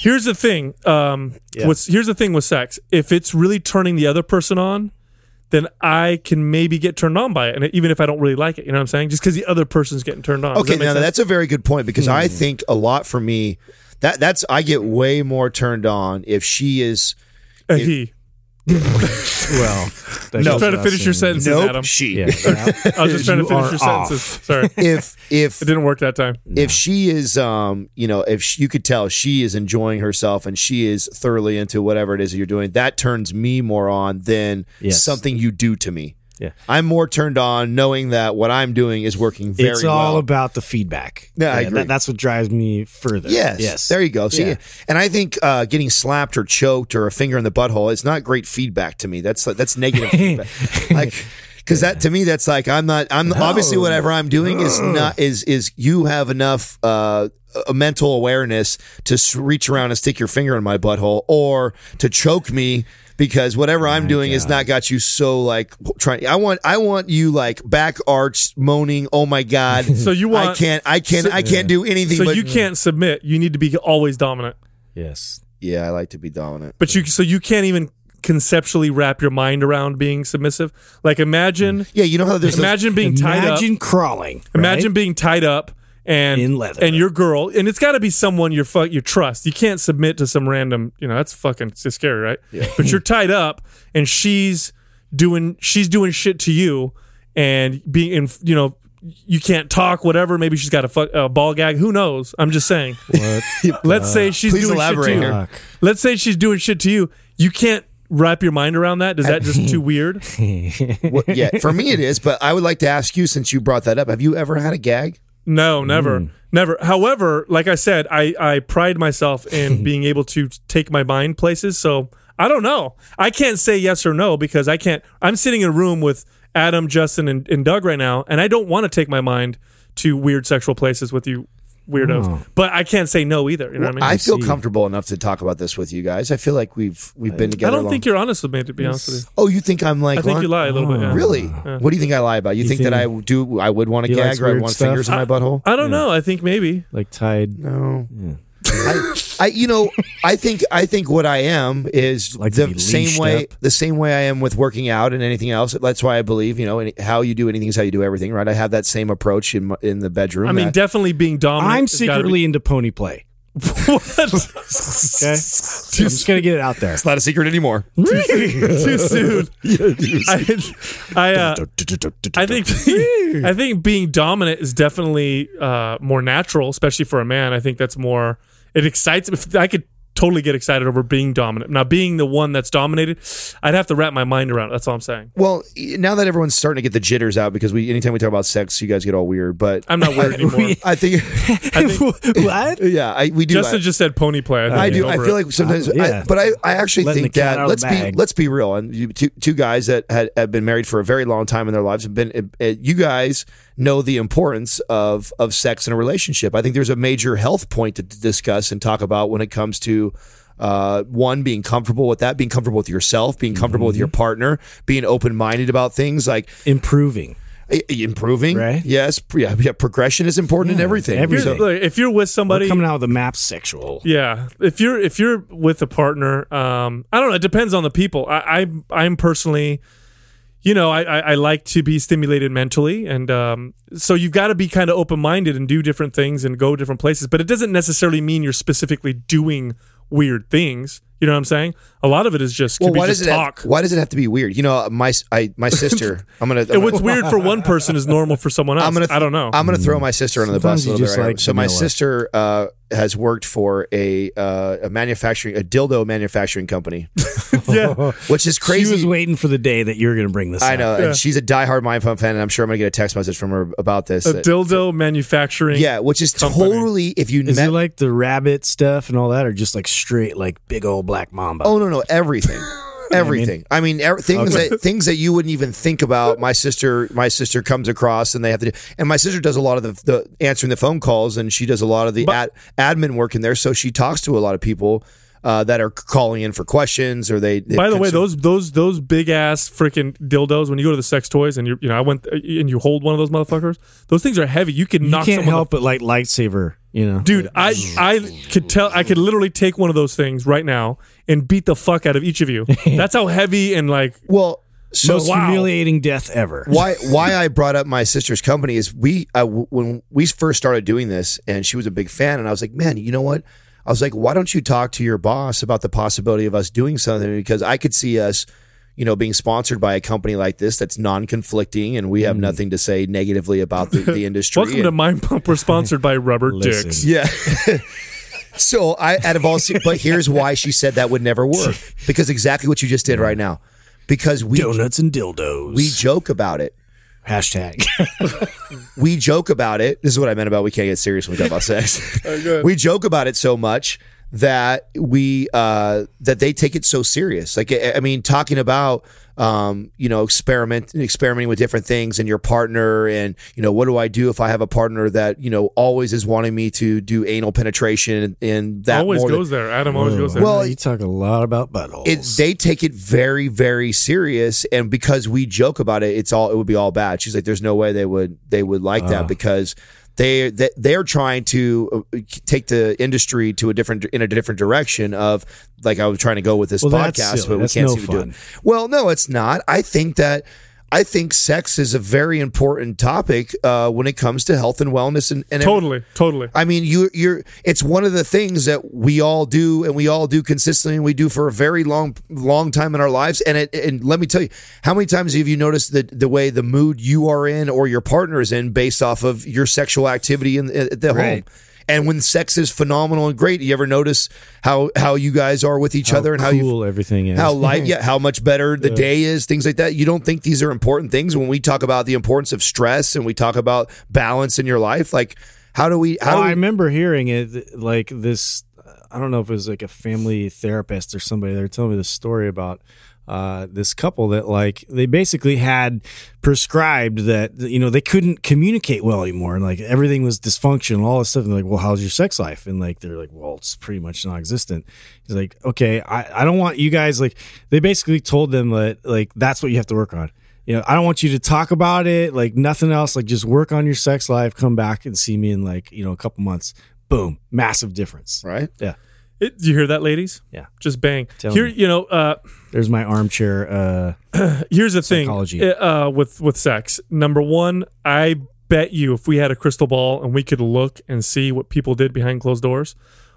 Speaker 2: here's the thing. Um, what's here's the thing with sex. If it's really turning the other person on, then I can maybe get turned on by it, and even if I don't really like it, you know what I'm saying? Just because the other person's getting turned on. Does
Speaker 1: Okay,
Speaker 2: that make
Speaker 1: now
Speaker 2: sense?
Speaker 1: that's a very good point because I
Speaker 2: Hmm.
Speaker 1: think a lot for me that that's I get way more turned on if she is
Speaker 2: A Uh, he.
Speaker 4: Well, that
Speaker 1: No.
Speaker 4: goes
Speaker 2: Try to
Speaker 4: without
Speaker 2: finish your
Speaker 4: saying.
Speaker 2: sentences, Adam.
Speaker 1: nope she
Speaker 4: Yeah. yeah.
Speaker 2: I was just trying to
Speaker 4: You
Speaker 2: finish
Speaker 4: are
Speaker 2: your sentences.
Speaker 4: off.
Speaker 2: Sorry, it
Speaker 1: if if
Speaker 2: didn't work that time.
Speaker 1: if she is um you know if sh you could tell she is enjoying herself and she is thoroughly into whatever it is that you're doing that turns me more on than
Speaker 4: Yes.
Speaker 1: something you do to me.
Speaker 4: Yeah.
Speaker 1: I'm more turned on knowing that what I'm doing is working very
Speaker 4: It's all
Speaker 1: well.
Speaker 4: about the feedback.
Speaker 1: Yeah, I
Speaker 4: that-
Speaker 1: agree.
Speaker 4: that's what drives me further.
Speaker 1: Yes.
Speaker 4: Yes.
Speaker 1: There you go. See,
Speaker 4: Yeah.
Speaker 1: and I think uh, getting slapped or choked or a finger in the butthole is not great feedback to me. That's that's negative feedback. Like. Because that to me, that's like I'm not. I'm obviously whatever I'm doing is not is is you have enough uh, a mental awareness to s- reach around and stick your finger in my butthole or to choke me because whatever I'm doing has not got you so like trying. I want I want you like back arched moaning. Oh my god!
Speaker 2: So you
Speaker 1: I
Speaker 2: want-
Speaker 1: can't I can't I can't do anything.
Speaker 2: So
Speaker 1: but
Speaker 2: you can't submit. You need to be always dominant.
Speaker 4: Yes.
Speaker 1: Yeah, I like to be dominant.
Speaker 2: But you so you can't even conceptually wrap your mind around being submissive. Like imagine
Speaker 4: Mm.
Speaker 1: Yeah, you know how there's those,
Speaker 2: imagine being tied up.
Speaker 4: Imagine crawling. right?
Speaker 2: Imagine being tied up and
Speaker 4: In leather.
Speaker 2: and your girl, and it's got to be someone you fuck you trust. You can't submit to some random. You know that's fucking it's just scary, right? Yeah. But you're tied up, and she's doing she's doing shit to you, and being in you know. You can't talk, whatever. Maybe she's got a, fuck, a ball gag. Who knows? I'm just saying. Let's say she's
Speaker 1: please
Speaker 2: doing
Speaker 1: elaborate
Speaker 2: shit to you.
Speaker 1: here.
Speaker 4: Fuck.
Speaker 2: Let's say she's doing shit to you. You can't wrap your mind around that. Is that just too weird?
Speaker 1: what, yeah, for me it is, but I would like to ask you since you brought that up, have you ever had a gag?
Speaker 2: No, never,
Speaker 1: Mm.
Speaker 2: never. However, like I said, I I pride myself in being able to take my mind places. So I don't know. I can't say yes or no because I can't. I'm sitting in a room with Adam, Justin, and, and Doug right now, and I don't want to take my mind to weird sexual places with you weirdos. But I can't say no either. You know what I
Speaker 1: Oh. I
Speaker 2: mean?
Speaker 1: feel comfortable enough to talk about this with you guys. I feel like we've we've been
Speaker 2: I,
Speaker 1: together.
Speaker 2: don't
Speaker 1: long-
Speaker 2: think you're honest with me. To be honest with you,
Speaker 1: Oh, you think I'm like?
Speaker 2: I think
Speaker 1: lying?
Speaker 2: you lie a little bit. yeah.
Speaker 1: Really? What do you think I lie about? You, think, that I
Speaker 4: think
Speaker 1: do? I would want to
Speaker 4: he
Speaker 1: gag
Speaker 4: likes
Speaker 1: or I
Speaker 4: weird
Speaker 1: want
Speaker 4: stuff?
Speaker 1: fingers in my butthole?
Speaker 2: I don't know. I think maybe.
Speaker 4: Like tied.
Speaker 1: No. I, I, you know, I think I think what I am is
Speaker 4: Like to
Speaker 1: the
Speaker 4: be
Speaker 1: same
Speaker 4: leashed
Speaker 1: way
Speaker 4: up.
Speaker 1: the same way I am with working out and anything else. That's why I believe you know any, how you do anything is how you do everything, right? I have that same approach in my, in the bedroom.
Speaker 2: I mean,
Speaker 1: that-
Speaker 2: definitely being dominant.
Speaker 4: I'm
Speaker 2: has gotta
Speaker 4: secretly into pony play.
Speaker 2: be- what?
Speaker 4: Okay, I'm just gonna get it out there.
Speaker 1: it's not a secret anymore.
Speaker 2: too soon. I, I, uh, I think I think being dominant is definitely uh, more natural, especially for a man. I think that's more. It excites. If I could totally get excited over being dominant. Now, being the one that's dominated, I'd have to wrap my mind around. It. That's all I'm saying.
Speaker 1: Well, y- now that everyone's starting to get the jitters out because we anytime we talk about sex, you guys get all weird. But
Speaker 2: I'm not weird anymore.
Speaker 1: I think,
Speaker 4: what?
Speaker 1: yeah, I, we do.
Speaker 2: Justin just said pony play. think
Speaker 1: I
Speaker 2: he's
Speaker 1: do. I
Speaker 2: over
Speaker 1: feel
Speaker 2: it.
Speaker 1: like sometimes,
Speaker 4: Uh, yeah.
Speaker 1: I, but I, I actually
Speaker 4: Letting
Speaker 1: think
Speaker 4: the cat out
Speaker 1: that
Speaker 4: of
Speaker 1: let's
Speaker 4: the
Speaker 1: be
Speaker 4: bag.
Speaker 1: let's be real. And you, two two guys that had, have been married for a very long time in their lives have been. uh, uh, you guys know the importance of of sex in a relationship. I think there's a major health point to, to discuss and talk about when it comes to. Uh, one being comfortable with that, being comfortable with yourself, being comfortable with your
Speaker 4: Mm-hmm.
Speaker 1: partner, being open minded about things like
Speaker 4: Improving.
Speaker 1: I- improving
Speaker 4: Right?
Speaker 1: yes pr- yeah, yeah progression is important in everything
Speaker 2: Here's-
Speaker 4: everything.
Speaker 2: look, if you're with
Speaker 4: We're
Speaker 2: somebody,
Speaker 4: coming out of the map sexual.
Speaker 2: Yeah, if you're if you're with a partner, um, I don't know. It depends on the people. I, I I'm personally, you know, I, I, I like to be stimulated mentally. And um, so you've got to be kind of open minded and do different things and go different places. But it doesn't necessarily mean you're specifically doing weird things. You know what I'm saying? A lot of it is just, could be
Speaker 1: why
Speaker 2: just
Speaker 1: does it
Speaker 2: talk.
Speaker 1: Have, why does it have to be weird? You know, my s- I my sister. I'm gonna. I'm
Speaker 2: And
Speaker 1: gonna
Speaker 2: what's weird for one person is normal for someone else.
Speaker 1: I'm gonna.
Speaker 2: I don't know.
Speaker 1: I'm gonna throw my sister under the bus a
Speaker 4: Sometimes you
Speaker 1: little bit.
Speaker 4: just
Speaker 1: right
Speaker 4: like
Speaker 1: now. so my
Speaker 4: vanilla.
Speaker 1: sister uh, has worked for a uh, a manufacturing a dildo manufacturing company,
Speaker 2: yeah.
Speaker 1: which is
Speaker 4: She was
Speaker 1: crazy.
Speaker 4: waiting for the day that you're going to bring this.
Speaker 1: I
Speaker 4: up.
Speaker 1: know,
Speaker 2: Yeah.
Speaker 1: and she's a diehard Mind Pump fan, and I'm sure I'm gonna get a text message from her about this.
Speaker 2: A
Speaker 1: that-
Speaker 2: dildo manufacturing.
Speaker 1: yeah, which is
Speaker 2: company.
Speaker 1: totally if you
Speaker 4: Is
Speaker 1: met.
Speaker 4: it like the rabbit stuff and all that, or just like straight like big old black mamba?
Speaker 1: oh no, no, everything. Everything. I mean, er- things that things that you wouldn't even think about. My sister, my sister comes across, and they have to. do And my sister does a lot of the, the answering the phone calls, and she does a lot of the ad, admin work in there. So she talks to a lot of people uh, that are calling in for questions, or they. they
Speaker 2: By the way,
Speaker 1: concern-
Speaker 2: those those those big ass freaking dildos. When you go to the sex toys and you you know I went uh, and you hold one of those motherfuckers. Those things are heavy. You could
Speaker 4: you
Speaker 2: knock
Speaker 4: can't
Speaker 2: someone.
Speaker 4: help but like lightsaber, you know,
Speaker 2: Dude, I I could tell I could literally take one of those things right now and beat the fuck out of each of you. That's how heavy and like
Speaker 1: Well, so
Speaker 4: most
Speaker 2: wow.
Speaker 4: humiliating death ever.
Speaker 1: why why I brought up my sister's company is we I, when we first started doing this and she was a big fan and I was like, "Man, you know what?" I was like, "Why don't you talk to your boss about the possibility of us doing something because I could see us you know, being sponsored by a company like this that's non-conflicting, and we have nothing to say negatively about the, the industry.
Speaker 2: Mm. welcome to
Speaker 1: And-
Speaker 2: Mind Pump. We're sponsored by Rubber
Speaker 4: Listen.
Speaker 2: Dicks.
Speaker 1: yeah. so I, out of all, se- but here's why she said that would never work because exactly what you just did right now, because we
Speaker 4: Donuts and dildos.
Speaker 1: we joke about it,
Speaker 4: hashtag.
Speaker 1: we joke about it. This is what I meant about we can't get serious when we talk about sex. we joke about it so much that we uh, that they take it so serious. Like I, I mean, talking about um, you know experiment experimenting with different things and your partner and you know what do I do if I have a partner that you know always is wanting me to do anal penetration and, and that
Speaker 2: Always
Speaker 1: more than-
Speaker 2: goes there. Adam always goes there.
Speaker 1: Well,
Speaker 4: you talk a lot about buttholes.
Speaker 1: it, they take it very very serious and because we joke about it it's all it would be all bad she's like there's no way they would they would like that because they they- they're trying to uh, take the industry to a different in a different direction of like I was trying to go with this
Speaker 4: Well,
Speaker 1: podcast
Speaker 4: that's silly.
Speaker 1: but we
Speaker 4: That's
Speaker 1: can't
Speaker 4: no
Speaker 1: seem to do
Speaker 4: fun.
Speaker 1: it well no it's not I think that I think sex is a very important topic uh, when it comes to health and wellness and, and everything.
Speaker 2: totally, totally.
Speaker 1: I mean, you you're it's one of the things that we all do and we all do consistently and we do for a very long long time in our lives. And it and let me tell you, how many times have you noticed the the way the mood you are in or your partner is in based off of your sexual activity in at the home?
Speaker 4: Right.
Speaker 1: And when sex is phenomenal and great, you ever notice how how you guys are with each other and how you
Speaker 4: cool everything is.
Speaker 1: how light yeah how much better the day is things like that you don't think these are important things when we talk about the importance of stress and we talk about balance in your life like how do we how do
Speaker 4: Well,
Speaker 1: we,
Speaker 4: I remember hearing it like this. I don't know if it was like a family therapist or somebody. They were telling me this story about uh, this couple that like they basically had prescribed that you know they couldn't communicate well anymore, and like everything was dysfunctional, all this stuff. And they're like, well, how's your sex life? And like they're like, well, it's pretty much non-existent. He's like, okay, I, I don't want you guys like. They basically told them that like that's what you have to work on you know, I don't want you to talk about it, like nothing else. Like just work on your sex life, come back and see me in like, you know, a couple months. Boom. Massive difference.
Speaker 1: right
Speaker 4: Yeah.
Speaker 2: It, you hear that, ladies?
Speaker 4: Yeah.
Speaker 2: Just bang.
Speaker 4: Tell
Speaker 2: Here,
Speaker 4: me.
Speaker 2: you know. Uh,
Speaker 4: There's my armchair uh
Speaker 2: here's the
Speaker 4: Psychology.
Speaker 2: thing uh, with with sex number one i bet you if we had a crystal ball and we could look and see what people did behind closed doors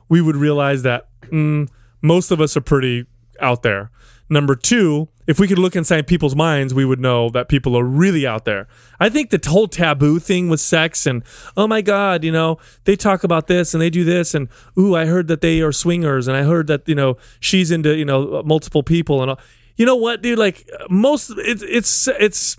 Speaker 2: we would realize that mm, most of us are pretty out there number two if we could look inside people's minds we would know that people are really out there i think the whole taboo thing with sex and oh my god you know they talk about this and they do this and ooh i heard that they are swingers and i heard that you know she's into you know multiple people and all you know what, dude? Like uh, most, it's it's it's.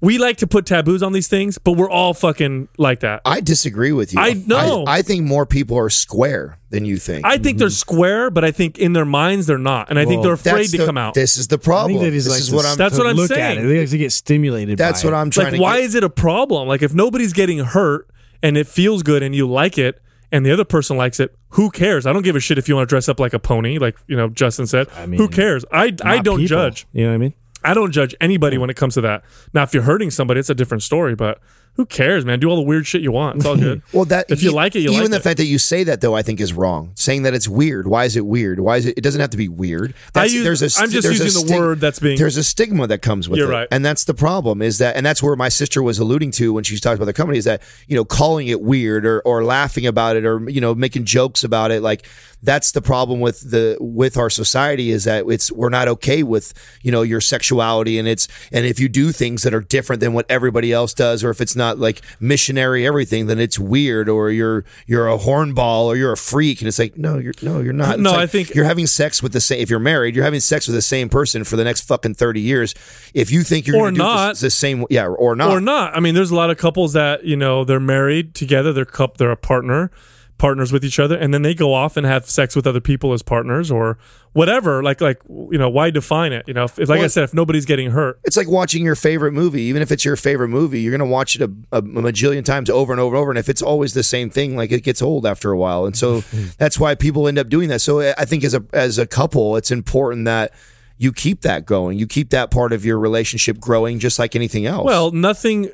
Speaker 2: We like to put taboos on these things, but we're all fucking like that.
Speaker 1: I disagree with you.
Speaker 2: I know.
Speaker 1: I, I think more people are square than you think.
Speaker 2: I think they're square, but I think in their minds they're not, and I think
Speaker 4: Well,
Speaker 2: they're
Speaker 1: That's
Speaker 2: afraid to
Speaker 1: the-
Speaker 2: come out.
Speaker 1: This is the
Speaker 4: I
Speaker 1: problem.
Speaker 4: think that
Speaker 1: this
Speaker 4: is like
Speaker 1: is what I'm.
Speaker 2: That's
Speaker 4: to
Speaker 2: what I'm
Speaker 4: look
Speaker 2: saying.
Speaker 4: At it. They have to get stimulated.
Speaker 1: That's
Speaker 4: by
Speaker 1: what
Speaker 4: it.
Speaker 1: I'm trying
Speaker 2: like,
Speaker 1: to.
Speaker 2: why
Speaker 1: get-
Speaker 2: is it a problem? Like, if nobody's getting hurt and it feels good and you like it, and the other person likes it, who cares? I don't give a shit if you want to dress up like a pony, like you know Justin said. who
Speaker 4: mean,
Speaker 2: cares? I I
Speaker 4: Not
Speaker 2: don't
Speaker 4: people.
Speaker 2: judge.
Speaker 4: You know what I mean?
Speaker 2: I don't judge anybody when it comes to that. Now, if you're hurting somebody, it's a different story. But Who cares, man? Do all the weird shit you want. It's all good.
Speaker 1: Well, that
Speaker 2: If you
Speaker 1: e-
Speaker 2: like it, you
Speaker 1: even
Speaker 2: like
Speaker 1: the
Speaker 2: it.
Speaker 1: fact that you say that though, I think is wrong. Saying that it's weird. Why is it weird? Why is it? It doesn't have to be weird. That's,
Speaker 2: use-
Speaker 1: there's a sti-
Speaker 2: I'm just
Speaker 1: there's a
Speaker 2: using the
Speaker 1: stig-
Speaker 2: word that's being-
Speaker 1: There's a stigma that comes with
Speaker 2: You're
Speaker 1: it,
Speaker 2: right.
Speaker 1: and that's the problem. Is that and that's where my sister was alluding to when she talked about the company. Is that you know calling it weird or or laughing about it or you know making jokes about it. Like that's the problem with the with our society is that it's we're not okay with you know your sexuality and it's and if you do things that are different than what everybody else does or if it's not like missionary everything then it's weird or you're you're a hornball or you're a freak and it's like no you're no you're not It's
Speaker 2: No,
Speaker 1: like
Speaker 2: I think-
Speaker 1: you're having sex with the same if you're married you're having sex with the same person for the next fucking 30 years if you think you're
Speaker 2: Or
Speaker 1: gonna do
Speaker 2: not.
Speaker 1: this, the same yeah or not
Speaker 2: or not. I mean, there's a lot of couples that you know they're married together. They're cup. They're a partner, partners with each other, and then they go off and have sex with other people as partners or whatever. Like like you know why define it? You know, if, if, like I
Speaker 1: Well,
Speaker 2: said, if nobody's getting hurt,
Speaker 1: it's like watching your favorite movie. Even if it's your favorite movie, you're going to watch it a, a, a majillion times over and over and over. And if it's always the same thing, like it gets old after a while. And so that's why people end up doing that. So I I think as a as a couple, it's important that you keep that going. You keep that part of your relationship growing, just like anything else.
Speaker 2: well, nothing.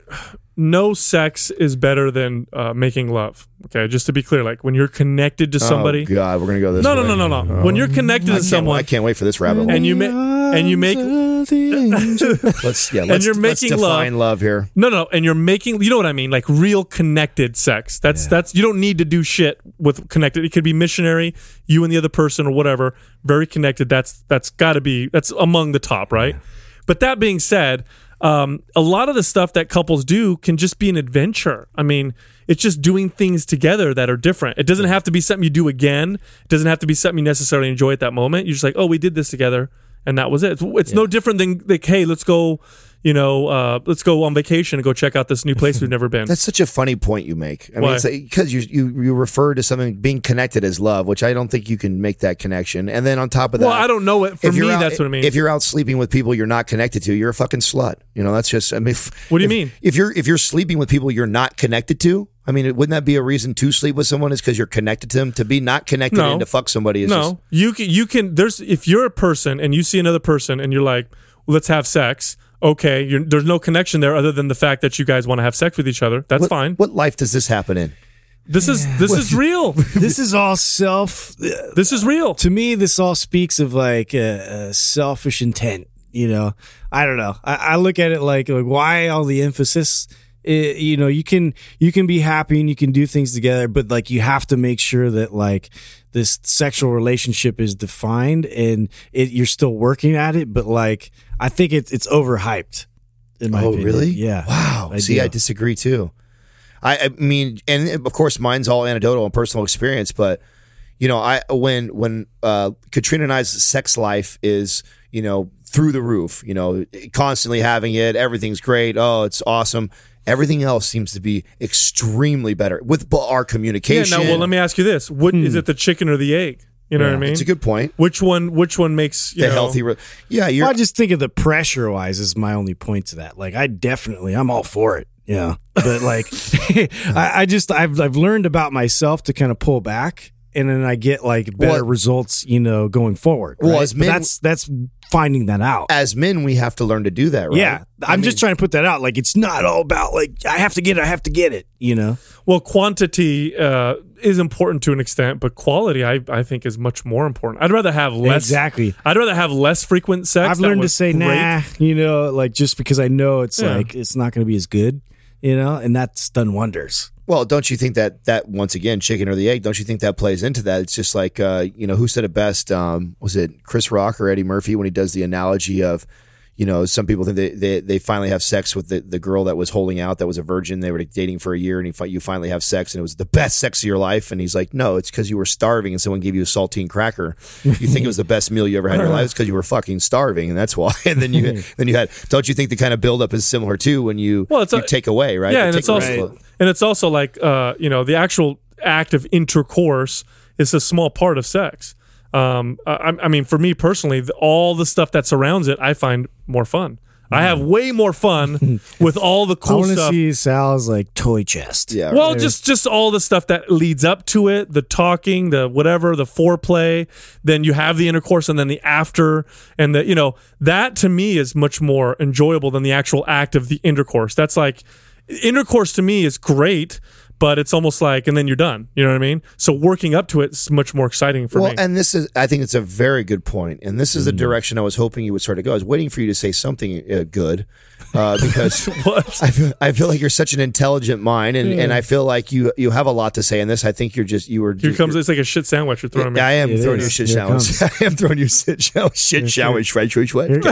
Speaker 2: No sex is better than uh, making love. Okay, just to be clear, like when you're connected to somebody.
Speaker 1: oh God, we're going to go this.
Speaker 2: no, no,
Speaker 1: way.
Speaker 2: no, no, no. When you're connected to someone,
Speaker 1: Oh. I can't wait for this rabbit hole.
Speaker 2: and you make and you make
Speaker 1: Let's yeah, let's,
Speaker 2: you're
Speaker 1: let's
Speaker 2: making love.
Speaker 1: define love here.
Speaker 2: No, no, and you're making you know what I mean, like real connected sex. That's that's you don't need to do shit with connected. It could be missionary, you and the other person or whatever, very connected. That's that's got to be that's among the top, right? But that being said, um, a lot of the stuff that couples do can just be an adventure. I mean, it's just doing things together that are different. It doesn't have to be something you do again. It doesn't have to be something you necessarily enjoy at that moment. You're just like, oh, we did this together, and that was it. It's, it's no different than like, hey, let's go you know, uh, let's go on vacation and go check out this new place we've never been.
Speaker 1: That's such a funny point you make. I mean,
Speaker 2: Why?
Speaker 1: it's because you, you you refer to something being connected as love, which I don't think you can make that connection. And then on top of that,
Speaker 2: well, I don't know it. For
Speaker 1: if
Speaker 2: me,
Speaker 1: you're out-
Speaker 2: that's what I mean.
Speaker 1: If you're out sleeping with people you're not connected to, you're a fucking slut. You know, that's just. I mean, if,
Speaker 2: What do you
Speaker 1: if-
Speaker 2: mean?
Speaker 1: If you're if you're sleeping with people you're not connected to, I mean, wouldn't that be a reason to sleep with someone? Is because you're connected to them. To be not connected
Speaker 2: No.
Speaker 1: and to fuck somebody is
Speaker 2: no,
Speaker 1: just-
Speaker 2: you can. You can. There's if you're a person and you see another person and you're like, let's have sex. Okay, you're, there's no connection there other than the fact that you guys want to have sex with each other. That's
Speaker 1: what,
Speaker 2: fine.
Speaker 1: What life does this happen in?
Speaker 2: This is this is real.
Speaker 4: this is all self. uh,
Speaker 2: This is real.
Speaker 4: To me, this all speaks of like a, a selfish intent. You know, I don't know. I, I look at it like, like why all the emphasis? Eh, you know, you can you can be happy and you can do things together, but like you have to make sure that like this sexual relationship is defined and it, you're still working at it. But like, I think it's it's overhyped. In my
Speaker 1: oh,
Speaker 4: opinion.
Speaker 1: really?
Speaker 4: Yeah.
Speaker 1: Wow. See,
Speaker 4: do.
Speaker 1: I disagree too. I, I mean, and of course, mine's all anecdotal and personal experience, but you know, I when when uh, Katrina and I's sex life is you know through the roof, you know, constantly having it, everything's great. Oh, it's awesome. Everything else seems to be extremely better with b- our
Speaker 2: Yeah.
Speaker 1: communication.
Speaker 2: Now, well, let me ask you this: What is it? The chicken or the egg? You know what I mean?
Speaker 1: Hmm. It's a good point.
Speaker 2: which one? Which one makes you
Speaker 1: The
Speaker 2: know,
Speaker 1: healthy, re- yeah, you're.
Speaker 4: Well, I just think of the pressure wise is my only point to that. Like I definitely I'm all for it. Yeah. But like I, I just I've I've learned about myself to kind of pull back and then I get like better
Speaker 1: Well-
Speaker 4: results, you know, going forward.
Speaker 1: Well,
Speaker 4: right?
Speaker 1: as
Speaker 4: But
Speaker 1: men-
Speaker 4: that's that's finding that out.
Speaker 1: as men, we have to learn to do that, right?
Speaker 4: Yeah. I'm just trying to put that out. Like it's not all about like I have to get it, I have to get it, you know.
Speaker 2: Well, quantity uh, is important to an extent, but quality, I, I think, is much more important. I'd rather have less.
Speaker 4: Exactly.
Speaker 2: I'd rather have less frequent sex.
Speaker 4: I've
Speaker 2: that
Speaker 4: learned to
Speaker 2: was
Speaker 4: say
Speaker 2: great.
Speaker 4: nah, you know, like just because I know it's
Speaker 2: Yeah.
Speaker 4: like it's not gonna be as good, you know, and that's done wonders.
Speaker 1: Well, don't you think that that once again, chicken or the egg? Don't you think that plays into that? It's just like uh, you know who said it best? Um, was it Chris Rock or Eddie Murphy when he does the analogy of, you know, some people think they they, they finally have sex with the, the girl that was holding out that was a virgin. They were dating for a year, and he, fi- you finally have sex, and it was the best sex of your life. And he's like, no, it's because you were starving, and someone gave you a saltine cracker. You think it was the best meal you ever had in your life? It's because you were fucking starving, and that's why. And then you then you had. Don't you think the kind of buildup is similar too when you
Speaker 2: Well, it's
Speaker 1: you
Speaker 2: a-
Speaker 1: take away right?
Speaker 2: Yeah,
Speaker 1: The
Speaker 2: and it's
Speaker 1: takeaway.
Speaker 2: also and it's also like uh, you know the actual act of intercourse is a small part of sex. Um, I, I- I mean, for me personally, the, all the stuff that surrounds it, I find more fun. I have way more fun with all the
Speaker 4: Mm. I
Speaker 2: cool
Speaker 4: wanna
Speaker 2: stuff.
Speaker 4: see Sal's like toy chest.
Speaker 1: Uh, yeah.
Speaker 2: well, just just all the stuff that leads up to it, the talking, the whatever, the foreplay. Then you have the intercourse, and then the after, and the you know that to me is much more enjoyable than the actual act of the intercourse. That's like intercourse to me is great, but it's almost like, and then you're done. You know what I mean? So working up to it is much more exciting for
Speaker 1: well,
Speaker 2: me.
Speaker 1: and this is, I think it's a very good point. And this
Speaker 4: Mm.
Speaker 1: is the direction I was hoping you would sort of go. I was waiting for you to say something uh, good uh, because
Speaker 2: what?
Speaker 1: I feel, I feel like you're such an intelligent mind, and,
Speaker 4: Mm.
Speaker 1: and I feel like you you have a lot to say in this. I think you're just you were.
Speaker 2: Here comes it's like a shit sandwich you're throwing
Speaker 1: I
Speaker 2: me.
Speaker 1: am
Speaker 4: It
Speaker 1: throwing
Speaker 4: is.
Speaker 1: you shit
Speaker 4: Here it
Speaker 1: showers. I am throwing you shit showers. Shit showers. Right, right,
Speaker 4: Here,
Speaker 1: right.
Speaker 4: here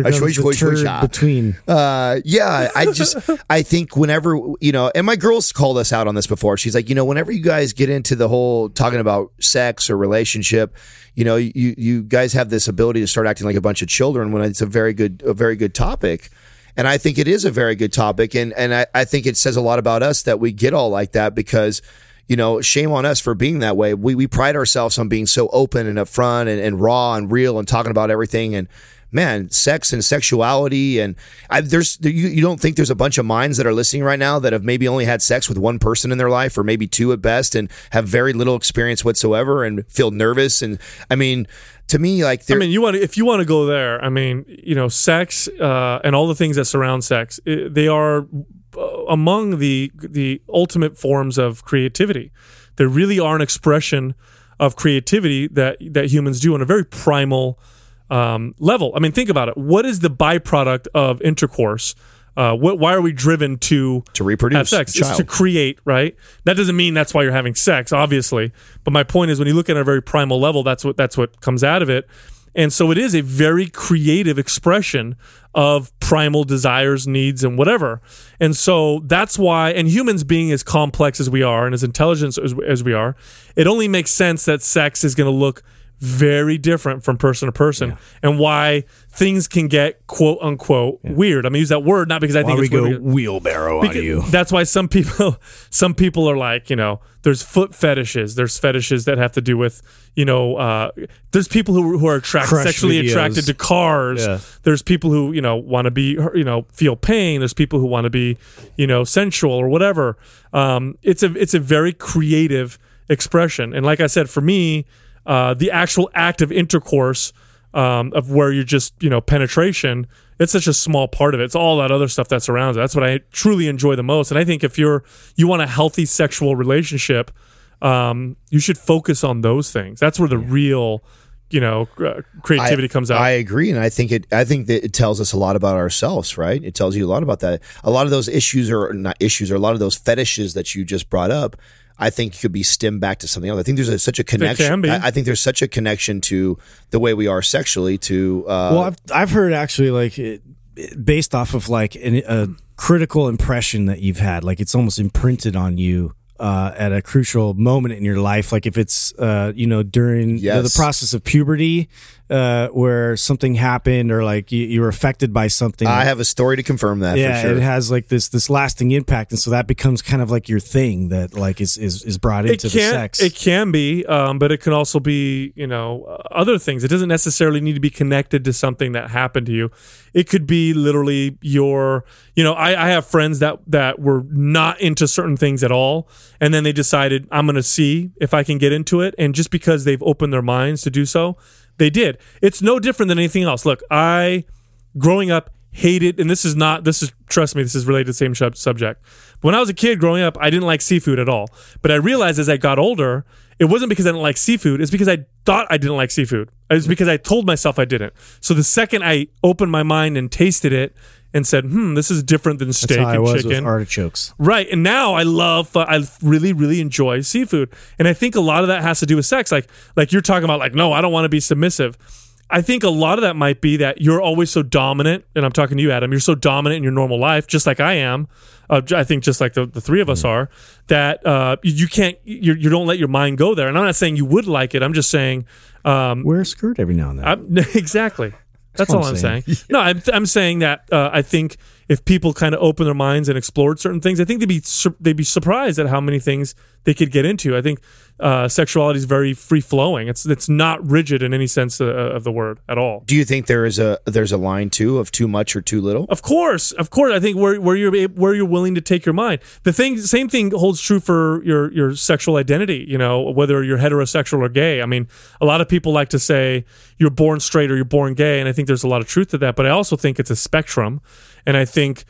Speaker 1: I
Speaker 4: comes
Speaker 1: switch,
Speaker 4: the
Speaker 1: switch, switch,
Speaker 4: turd
Speaker 1: ah.
Speaker 4: between.
Speaker 1: Uh, yeah, I just I think whenever you know, and my girls called us out on this before. She's like, you know, whenever you guys get into the whole talking about sex or relationship, you know, you you guys have this ability to start acting like a bunch of children when it's a very good a very good topic. And I think it is a very good topic, and and I, I think it says a lot about us that we get all like that because you know, shame on us for being that way. We we pride ourselves on being so open and upfront and, and raw and real and talking about everything. And man, sex and sexuality and I, there's you you don't think there's a bunch of minds that are listening right now that have maybe only had sex with one person in their life or maybe two at best and have very little experience whatsoever and feel nervous and I mean to me like
Speaker 2: I
Speaker 1: there
Speaker 2: mean, you want to, if you want to go there. I mean, you know, sex uh, and all the things that surround sex, i they are uh, among the the ultimate forms of creativity. They really are an expression of creativity that that humans do on a very primal um, level. I mean, think about it. What is the byproduct of intercourse? Uh, what, why are we driven to
Speaker 1: To reproduce
Speaker 2: have sex?
Speaker 1: a
Speaker 2: It's to
Speaker 1: child.
Speaker 2: create, right? That doesn't mean that's why you're having sex, obviously. But my point is, when you look at a very primal level, that's what that's what comes out of it. And so it is a very creative expression of primal desires, needs, and whatever. And so that's why, and humans being as complex as we are and as intelligent as, as we are, it only makes sense that sex is going to look very different from person to person and why things can get quote unquote weird. I'm going to use that word not because I
Speaker 4: Why
Speaker 2: think
Speaker 4: we
Speaker 2: it's
Speaker 4: go
Speaker 2: weird.
Speaker 4: wheelbarrow on
Speaker 2: Because-
Speaker 4: you?
Speaker 2: That's why some people some people are like, you know, there's foot fetishes. There's fetishes that have to do with, you know, uh, there's people who who are attract,
Speaker 4: Crush
Speaker 2: sexually
Speaker 4: videos.
Speaker 2: attracted to cars.
Speaker 4: Yeah.
Speaker 2: There's people who, you know, want to be you know, feel pain. There's people who want to be, you know, sensual or whatever. Um, it's a it's a very creative expression. And like I said, for me, uh, the actual act of intercourse um, of where you're just you know penetration it's such a small part of it it's all that other stuff that surrounds it that's what i truly enjoy the most and i think if you're you want a healthy sexual relationship um, you should focus on those things that's where the real you know uh, creativity
Speaker 1: I-
Speaker 2: comes out
Speaker 1: I agree, and I think it. I think that it tells us a lot about ourselves, right? It tells you a lot about that. A lot of those issues are not issues, or a lot of those fetishes that you just brought up. I think could be stemmed back to something else. I think there's a, such a
Speaker 2: can
Speaker 1: connection.
Speaker 2: be.
Speaker 1: I, I think there's such a connection to the way we are sexually. To uh,
Speaker 4: well, I've I've heard actually like it, it- based off of like an, a critical impression that you've had, like it's almost imprinted on you. Uh, at a crucial moment in your life, like if it's uh, you know during the, the
Speaker 1: Yes.
Speaker 4: process of puberty, uh, where something happened or like you, you were affected by something,
Speaker 1: I have a story to confirm that.
Speaker 4: yeah,
Speaker 1: for sure.
Speaker 4: it has like this this lasting impact, and so that becomes kind of like your thing that like is is, is brought into the
Speaker 2: can,
Speaker 4: sex.
Speaker 2: It can be, um, but it can also be, you know, uh, other things. It doesn't necessarily need to be connected to something that happened to you. It could be literally your, you know, I, I have friends that that were not into certain things at all, and then they decided I'm going to see if I can get into it, and just because they've opened their minds to do so, they did. It's no different than anything else. Look, I growing up hated and this is not this is trust me this is related to the same sub- subject when i was a kid growing up i didn't like seafood at all but i realized as i got older it wasn't because i didn't like seafood it's because i thought i didn't like seafood
Speaker 4: Mm.
Speaker 2: it's because i told myself i didn't so the second i opened my mind and tasted it and said hmm this is different than steak
Speaker 4: That's how I
Speaker 2: and
Speaker 4: was
Speaker 2: chicken
Speaker 4: with artichokes.
Speaker 2: Right. And now I love, uh, I really, really enjoy seafood. And I think a lot of that has to do with sex. Like, like you're talking about, like, no, I don't want to be submissive. I think a lot of that might be that you're always so dominant. And I'm talking to you, Adam. You're so dominant in your normal life, just like I am. Uh, j- I think just like the, the three of us are, that uh, you, you can't, you, you don't let your mind go there. And I'm not saying you would like it. I'm just saying, um,
Speaker 4: Wear a skirt every now and then.
Speaker 2: I'm, exactly. That's all
Speaker 4: what
Speaker 2: I'm
Speaker 4: I'm
Speaker 2: saying. No, I'm, I'm saying that uh, I think if people kind of open their minds and explored certain things, I think they'd be sur- they'd be surprised at how many things they could get into. I think uh, sexuality is very free flowing. It's it's not rigid in any sense uh, of the word at all.
Speaker 1: Do you think there is a there's a line too of too much or too little?
Speaker 2: Of course, of course. I think where, where you're ab- where you're willing to take your mind. The thing, same thing holds true for your your sexual identity. You know, whether you're heterosexual or gay. I mean, a lot of people like to say you're born straight or you're born gay, and I think there's a lot of truth to that. But I also think it's a spectrum, and I think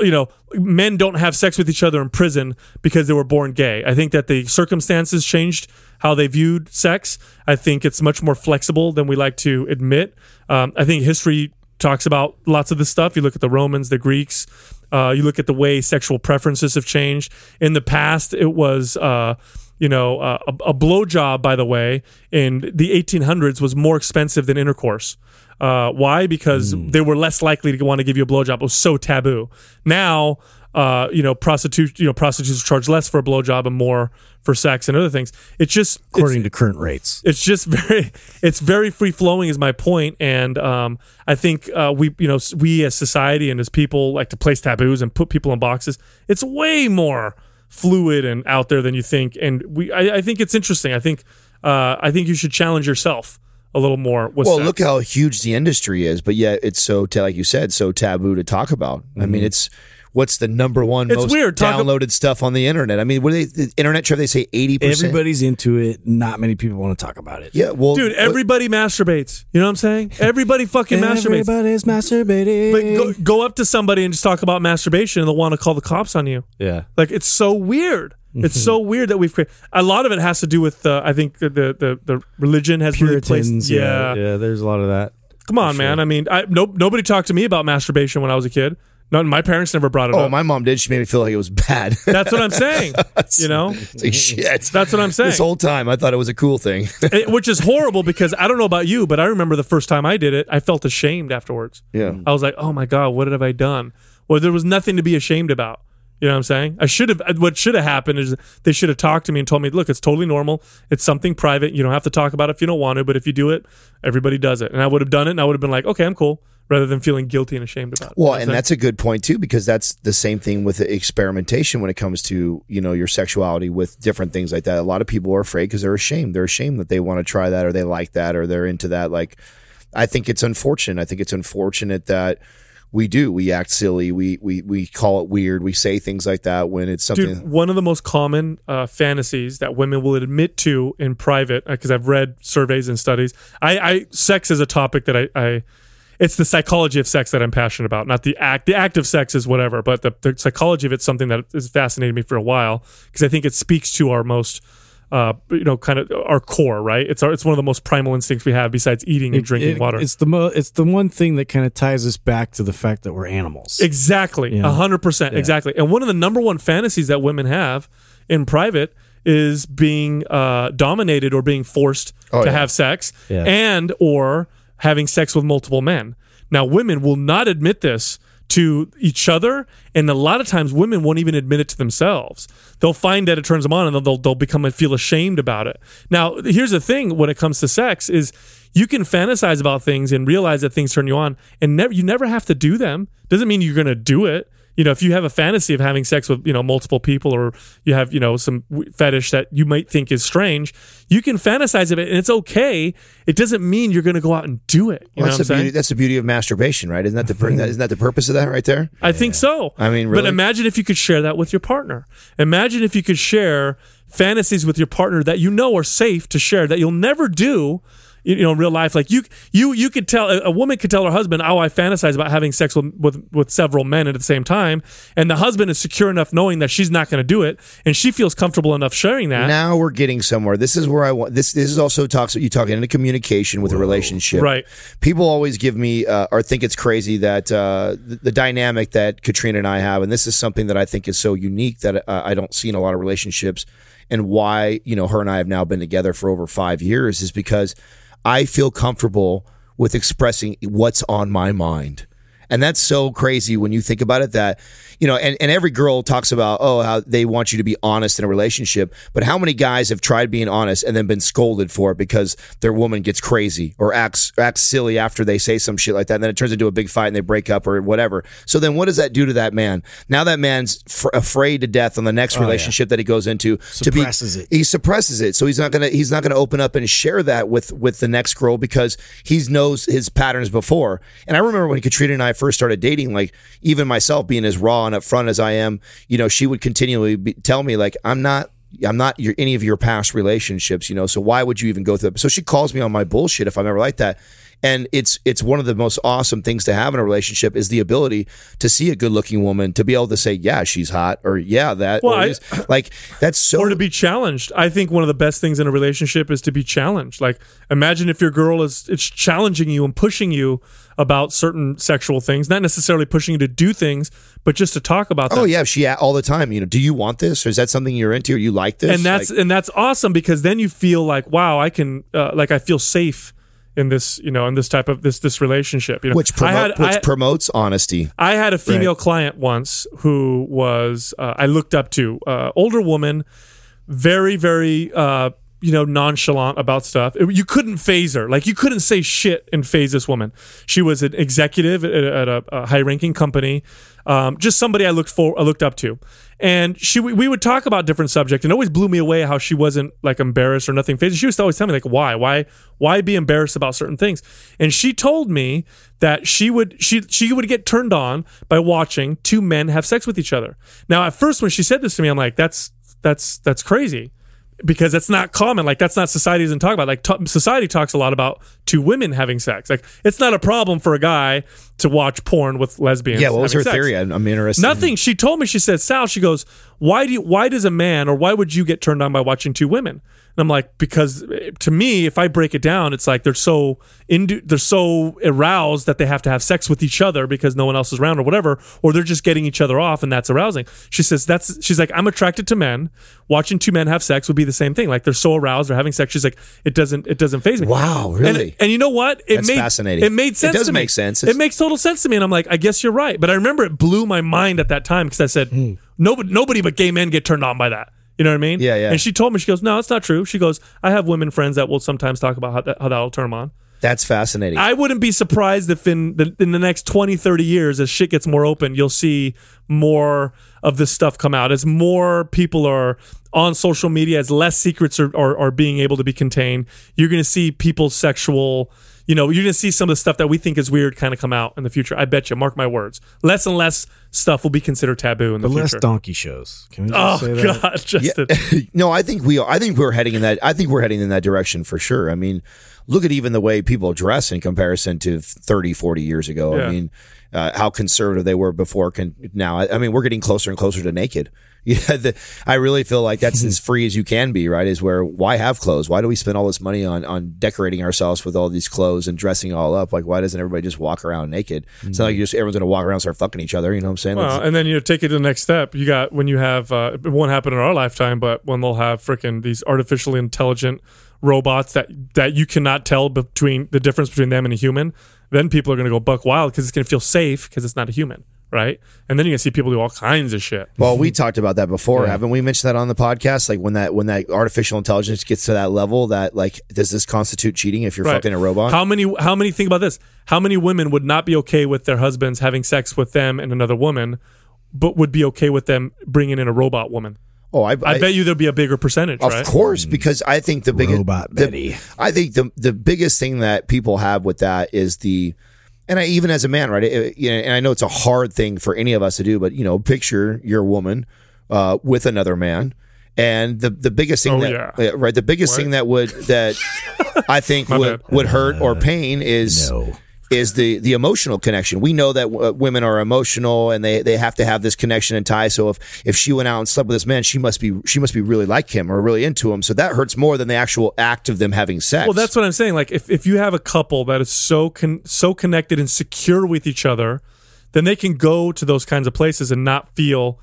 Speaker 2: you know, men don't have sex with each other in prison because they were born gay. I think that the circumstances changed how they viewed sex. I think it's much more flexible than we like to admit. Um, I think history talks about lots of this stuff. You look at the Romans, the Greeks. Uh, you look at the way sexual preferences have changed. In the past, it was. Uh, you know, uh, a, a blowjob, by the way, in the 1800s was more expensive than intercourse. Uh, why? Because they were less likely to want to give you a blowjob. It was so taboo. Now, uh, you know, prostitute, you know, prostitutes charge less for a blowjob and more for sex and other things. It's just it's-
Speaker 4: according to current rates.
Speaker 2: it's just very it's very free flowing is my point and um, i think uh, we you know s- we as society and as people like to place taboos and put people in boxes it's way more fluid and out there than you think and we i, I think it's interesting i think uh, i think you should challenge yourself a little more with
Speaker 1: Well,
Speaker 2: sex.
Speaker 1: look how huge the industry is, but yet it's so ta- like you said, so taboo to talk about. I mean, it's what's the number one
Speaker 2: Mm-hmm. It's
Speaker 1: most
Speaker 2: weird, talk-
Speaker 1: downloaded stuff on the internet? I mean, what do they the internet trip? They say eighty percent.
Speaker 4: Everybody's into it. Not many people want to talk about it.
Speaker 1: Yeah, well,
Speaker 2: dude everybody masturbates you know what i'm saying everybody fucking masturbates
Speaker 4: Everybody's masturbating.
Speaker 2: but go, go up to somebody and just talk about masturbation and they'll want to call the cops on you
Speaker 4: yeah.
Speaker 2: Like it's so weird. It's so weird that we've created. A lot of it has to do with uh, I think the the the religion has really
Speaker 4: Puritans.
Speaker 2: placed. Yeah.
Speaker 4: Yeah. yeah, There's a lot of that.
Speaker 2: come on, man. I mean, I no, nobody talked to me about masturbation when I was a kid. None. My parents never brought it
Speaker 1: oh,
Speaker 2: up.
Speaker 1: my mom did. She made me feel like it was bad.
Speaker 2: That's what I'm saying. you know,
Speaker 1: it's like shit.
Speaker 2: that's what I'm saying.
Speaker 1: This whole time, I thought it was a cool thing.
Speaker 2: It- Eh, which is horrible because I don't know about you, but I remember the first time I did it, I felt ashamed afterwards.
Speaker 1: Yeah.
Speaker 2: I was like, oh my god, what have I done? Well, there was nothing to be ashamed about. You know what I'm saying? I should have. What should have happened is they should have talked to me and told me, look, it's totally normal. It's something private. You don't have to talk about it if you don't want to, but if you do it, everybody does it. And I would have done it, and I would have been like, okay, I'm cool, rather than feeling guilty and ashamed about it.
Speaker 1: Well,
Speaker 2: You
Speaker 1: and
Speaker 2: know what I'm
Speaker 1: that's a good point too, because that's the same thing with experimentation when it comes to you know your sexuality with different things like that. A lot of people are afraid because they're ashamed. They're ashamed that they want to try that or they like that or they're into that. Like, I think it's unfortunate. I think it's unfortunate that we do we act silly. We we we call it weird. We say things like that when it's something.
Speaker 2: Dude, one of the most common uh, fantasies that women will admit to in private, because I've read surveys and studies. I, I sex is a topic that I, I, it's the psychology of sex that I'm passionate about, not the act. The act of sex is whatever, but the, the psychology of it's something that has fascinated me for a while because I think it speaks to our most, uh, you know, kind of our core, right? It's our, it's one of the most primal instincts we have besides eating and drinking
Speaker 4: It-
Speaker 2: water.
Speaker 4: It's the mo- It's the one thing that kind of ties us back to the fact that we're animals.
Speaker 2: Exactly. a 100%. Exactly. And one of the number one fantasies that women have in private is being uh, dominated or being forced
Speaker 1: Oh,
Speaker 2: to
Speaker 1: yeah.
Speaker 2: have sex
Speaker 4: Yeah.
Speaker 2: and or having sex with multiple men. Now women will not admit this to each other and a lot of times women won't even admit it to themselves. They'll find that it turns them on and they'll- they'll they'll become and feel ashamed about it. Now, here's the thing when it comes to sex is you can fantasize about things and realize that things turn you on and never you never have to do them doesn't mean you're going to do it you know if you have a fantasy of having sex with you know multiple people or you have you know some w- fetish that you might think is strange you can fantasize of it and it's okay it doesn't mean you're going to go out and do it you know
Speaker 1: that's
Speaker 2: what i'm
Speaker 1: the beauty.
Speaker 2: saying
Speaker 1: That's the beauty of masturbation, right? Isn't that the pur- that- isn't that the purpose of that right there?
Speaker 2: I think so.
Speaker 1: I mean,
Speaker 2: but
Speaker 1: really?
Speaker 2: imagine if you could share that with your partner. Imagine if you could share fantasies with your partner that you know are safe to share that you'll never do, you know, in real life. Like you, you, you could tell a a woman could tell her husband, "Oh, I fantasize about having sex with with, with several men at the same time," and the husband is secure enough knowing that she's not going to do it, and she feels comfortable enough sharing that.
Speaker 1: now we're getting somewhere. This is where I want. This this is also talks. You talking into communication with a relationship,
Speaker 2: Right.
Speaker 1: People always give me uh, or think it's crazy that uh, the, the dynamic that Katrina and I have, and this is something that I think is so unique that uh, I don't see in a lot of relationships, and why you know her and I have now been together for over five years is because I feel comfortable with expressing what's on my mind. And that's so crazy when you think about it that, you know, and, and every girl talks about, oh, how they want you to be honest in a relationship. But how many guys have tried being honest and then been scolded for it because their woman gets crazy or acts acts silly after they say some shit like that? And then it turns into a big fight and they break up or whatever. So then what does that do to that man? Now that man's fr- afraid to death on the next relationship that he goes into
Speaker 4: Oh, Suppresses
Speaker 1: to be,
Speaker 4: it.
Speaker 1: he suppresses it so he's not gonna he's not gonna open up and share that with with the next girl because he's knows his patterns before and i remember when katrina and i first started dating like even myself being as raw and upfront as i am you know she would continually be, tell me like i'm not I'm not your, any of your past relationships, you know. So why would you even go through? That? So she calls me on my bullshit if I'm ever like that, and it's it's one of the most awesome things to have in a relationship is the ability to see a good looking woman to be able to say yeah she's hot or yeah that
Speaker 2: Well,
Speaker 1: or
Speaker 2: I-
Speaker 1: this." like that's so
Speaker 2: or to be challenged. I think one of the best things in a relationship is to be challenged. Like imagine if your girl is it's challenging you and pushing you about certain sexual things, not necessarily pushing you to do things, but just to talk about them.
Speaker 1: oh yeah she a- all the time you know do you want this or is that something you're into or you like this
Speaker 2: and that's
Speaker 1: Like,
Speaker 2: and that's awesome because then you feel like wow, I can uh, like I feel safe in this, you know, in this type of this this relationship, you know.
Speaker 1: which
Speaker 2: I
Speaker 1: promote,
Speaker 2: had-
Speaker 1: which
Speaker 2: I-
Speaker 1: promotes honesty
Speaker 2: I had a female client once who was uh, I looked up to uh, older woman, very very uh, you know nonchalant about stuff. It- you couldn't phase her, like you couldn't say shit and phase this woman. She was an executive at, at a, a high ranking company, um, just somebody I looked for I looked up to, and she we, we would talk about different subjects and it always blew me away how she wasn't like embarrassed or nothing phased. She used to always tell me like why why why be embarrassed about certain things, and she told me that she would she she would get turned on by watching two men have sex with each other. Now at first when she said this to me, I'm like that's that's that's crazy because that's not common. Like that's not society doesn't talk about. Like t- society talks a lot about two women having sex. Like it's not a problem for a guy to watch porn with lesbians.
Speaker 1: yeah what was her
Speaker 2: having sex.
Speaker 1: theory I'm, I'm interested in-
Speaker 2: Nothing. She told me. She said, "Sal." She goes, "Why do? You, why does a man or why would you get turned on by watching two women?" And I'm like, "Because eh, to me, if I break it down, it's like they're so indu- they're so aroused that they have to have sex with each other because no one else is around or whatever, or they're just getting each other off and that's arousing." She says, "That's." She's like, "I'm attracted to men. Watching two men have sex would be the same thing. Like they're so aroused, they're having sex." She's like, "It doesn't. It doesn't phase me."
Speaker 1: Wow,
Speaker 2: And-
Speaker 1: really?
Speaker 2: And, you know what? It
Speaker 1: That's
Speaker 2: made
Speaker 1: fascinating.
Speaker 2: It made
Speaker 1: It
Speaker 2: sense.
Speaker 1: does
Speaker 2: to me.
Speaker 1: make sense.
Speaker 2: It makes total sense to me, and I'm like, I guess you're right. But I remember it blew my mind at that time because I said,
Speaker 1: Hmm.
Speaker 2: nobody, nobody but gay men get turned on by that. You know what I mean?
Speaker 1: Yeah, yeah.
Speaker 2: And she told me, she goes, no, that's not true. She goes, I have women friends that will sometimes talk about how, that, how that'll turn them on.
Speaker 1: that's fascinating
Speaker 2: I wouldn't be surprised if in the, in the next 20, 30 years, as shit gets more open, you'll see more of this stuff come out. As more people are on social media, as less secrets are, are, are being able to be contained, you're going to see people's sexual, you know, you're going to see some of the stuff that we think is weird kind of come out in the future. I bet you, mark my words. Less and less stuff will be considered taboo in the
Speaker 4: The less
Speaker 2: future.
Speaker 4: donkey shows. Can we just say
Speaker 2: Oh
Speaker 4: that?
Speaker 2: God, Justin!
Speaker 1: no, I think we are. I think we're heading in that. I think we're heading in that direction for sure. I mean, look at even the way people dress in comparison to 30, 40 years ago.
Speaker 2: Yeah.
Speaker 1: I mean, uh, how conservative they were before. Can now? I, I mean, we're getting closer and closer to naked. Yeah, the, I really feel like that's as free as you can be. Right? Is where why have clothes? Why do we spend all this money on on decorating ourselves with all these clothes and dressing all up? Like, why doesn't everybody just walk around naked? It's not like you just everyone's going to walk around and start fucking each other. You know what I'm saying? That's-
Speaker 2: Mm-hmm. Well, Uh, and then you know, take it to the next step. You got when you have uh, it won't happen in our lifetime, but when they'll have freaking these artificially intelligent robots that that you cannot tell between the difference between them and a human, then people are going to go buck wild because it's going to feel safe because it's not a human, right? And then you're going to see people do all kinds of shit.
Speaker 1: Well, we talked about that before, haven't we? Mentioned that on the podcast, like when that when that artificial intelligence gets to that level, that like does this constitute cheating if you're
Speaker 2: Right.
Speaker 1: fucking a robot?
Speaker 2: How many? How many? Think about this. How many women would not be okay with their husbands having sex with them and another woman, but would be okay with them bringing in a robot woman?
Speaker 1: oh, I,
Speaker 2: I, bet you there'd be a bigger percentage,
Speaker 1: Of
Speaker 2: right?
Speaker 1: course, because I think the biggest
Speaker 4: Mm. Robot
Speaker 1: the-
Speaker 4: Betty.
Speaker 1: I think the the biggest thing that people have with that is the, and I even as a man, right? it- you know, and I know it's a hard thing for any of us to do, but you know, picture your woman uh, with another man, and the the biggest thing
Speaker 2: Oh,
Speaker 1: that uh,
Speaker 2: yeah.
Speaker 1: right, the biggest thing that would that I think would
Speaker 2: bad.
Speaker 1: would hurt or pain is
Speaker 4: Uh, No.
Speaker 1: is the the emotional connection. We know that uh, women are emotional and they they have to have this connection and tie. So if if she went out and slept with this man, she must be she must be really like him or really into him. So that hurts more than the actual act of them having sex.
Speaker 2: Well, that's what I'm saying. Like, if, if you have a couple that is so con- so connected and secure with each other, then they can go to those kinds of places and not feel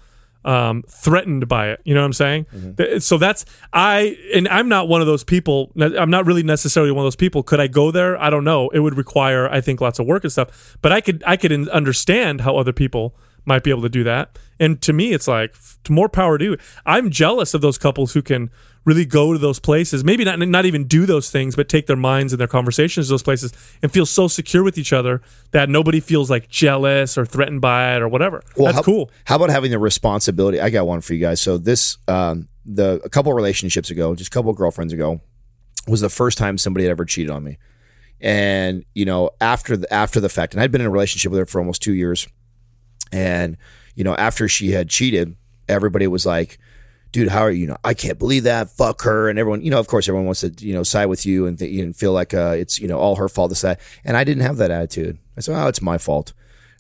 Speaker 2: um, threatened by it. You know what I'm saying? Th- So that's I and I'm not one of those people. ne- I'm not really necessarily one of those people. Could I go there? I don't know. It would require, I think, lots of work and stuff. But I could I could in- understand how other people might be able to do that. And to me, it's like f- more power to you. I'm jealous of those couples who can really go to those places. Maybe not not even do those things, but take their minds and their conversations to those places and feel so secure with each other that nobody feels like jealous or threatened by it or whatever.
Speaker 1: Well,
Speaker 2: That's
Speaker 1: how,
Speaker 2: cool.
Speaker 1: How about having the responsibility? I got one for you guys. So this, um, the a couple relationships ago, just a couple girlfriends ago, was the first time somebody had ever cheated on me, and you know after the after the fact, and I'd been in a relationship with her for almost two years, and you know after she had cheated, everybody was like. dude, how are you? know, I can't believe that. Fuck her. And everyone, you know, of course, everyone wants to, you know, side with you and, th- you know, feel like uh, it's, you know, all her fault, this, that. And I didn't have that attitude. I said, oh, it's my fault.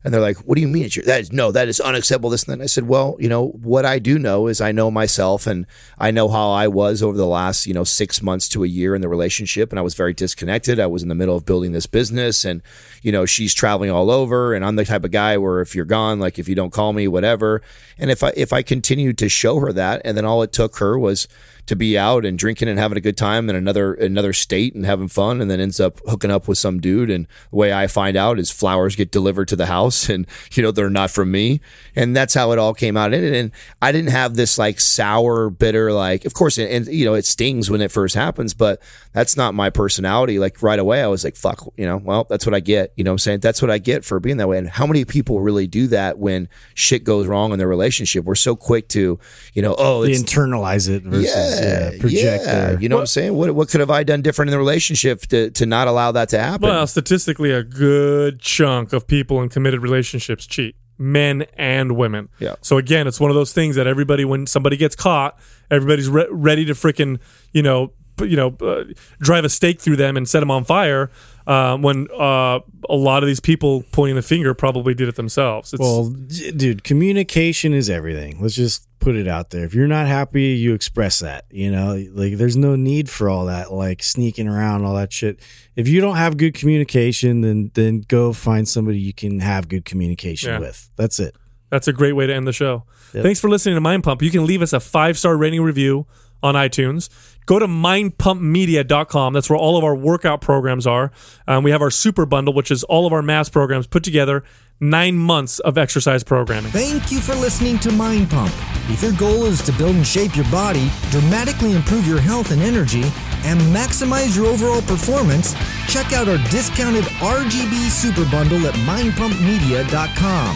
Speaker 1: And they're like, what do you mean? It's your, that is, no, that is unacceptable. This and that. And I said, well, you know, what I do know is I know myself and I know how I was over the last, you know, six months to a year in the relationship. And I was very disconnected. I was in the middle of building this business and, you know, she's traveling all over. And I'm the type of guy where if you're gone, like if you don't call me, whatever. And if I, if I continued to show her that, and then all it took her was, to be out and drinking and having a good time in another another state and having fun and then ends up hooking up with some dude and the way I find out is flowers get delivered to the house and you know they're not from me and that's how it all came out in it and I didn't have this like sour bitter like of course and, and you know it stings when it first happens but that's not my personality like right away I was like fuck you know well that's what I get you know what I'm saying that's what I get for being that way and how many people really do that when shit goes wrong in their relationship we're so quick to you know oh
Speaker 4: They
Speaker 1: it's
Speaker 4: internalize it versus yeah, project their-
Speaker 1: you know what I'm saying? What what could have I done different in the relationship to, to not allow that to happen?
Speaker 2: Well, statistically, a good chunk of people in committed relationships cheat, men and women.
Speaker 1: Yeah.
Speaker 2: So again, it's one of those things that everybody, when somebody gets caught, everybody's re- ready to freaking, you know, p- you know, uh, drive a stake through them and set them on fire. Uh, when uh, a lot of these people pointing the finger probably did it themselves. It's,
Speaker 4: Well, d- dude, communication is everything. Let's just put it out there. If you're not happy, you express that. You know, like there's no need for all that, like sneaking around, all that shit. If you don't have good communication, then then go find somebody you can have good communication
Speaker 2: Yeah.
Speaker 4: with. That's it.
Speaker 2: That's a great way to end the show.
Speaker 4: Yep.
Speaker 2: Thanks for listening to Mind Pump. You can leave us a five star rating review on iTunes. Go to mindpumpmedia.com. That's where all of our workout programs are. Um, we have our super bundle, which is all of our mass programs put together, nine months of exercise programming.
Speaker 5: Thank you for listening to Mind Pump. If your goal is to build and shape your body, dramatically improve your health and energy, and maximize your overall performance, check out our discounted RGB Super Bundle at mindpumpmedia.com.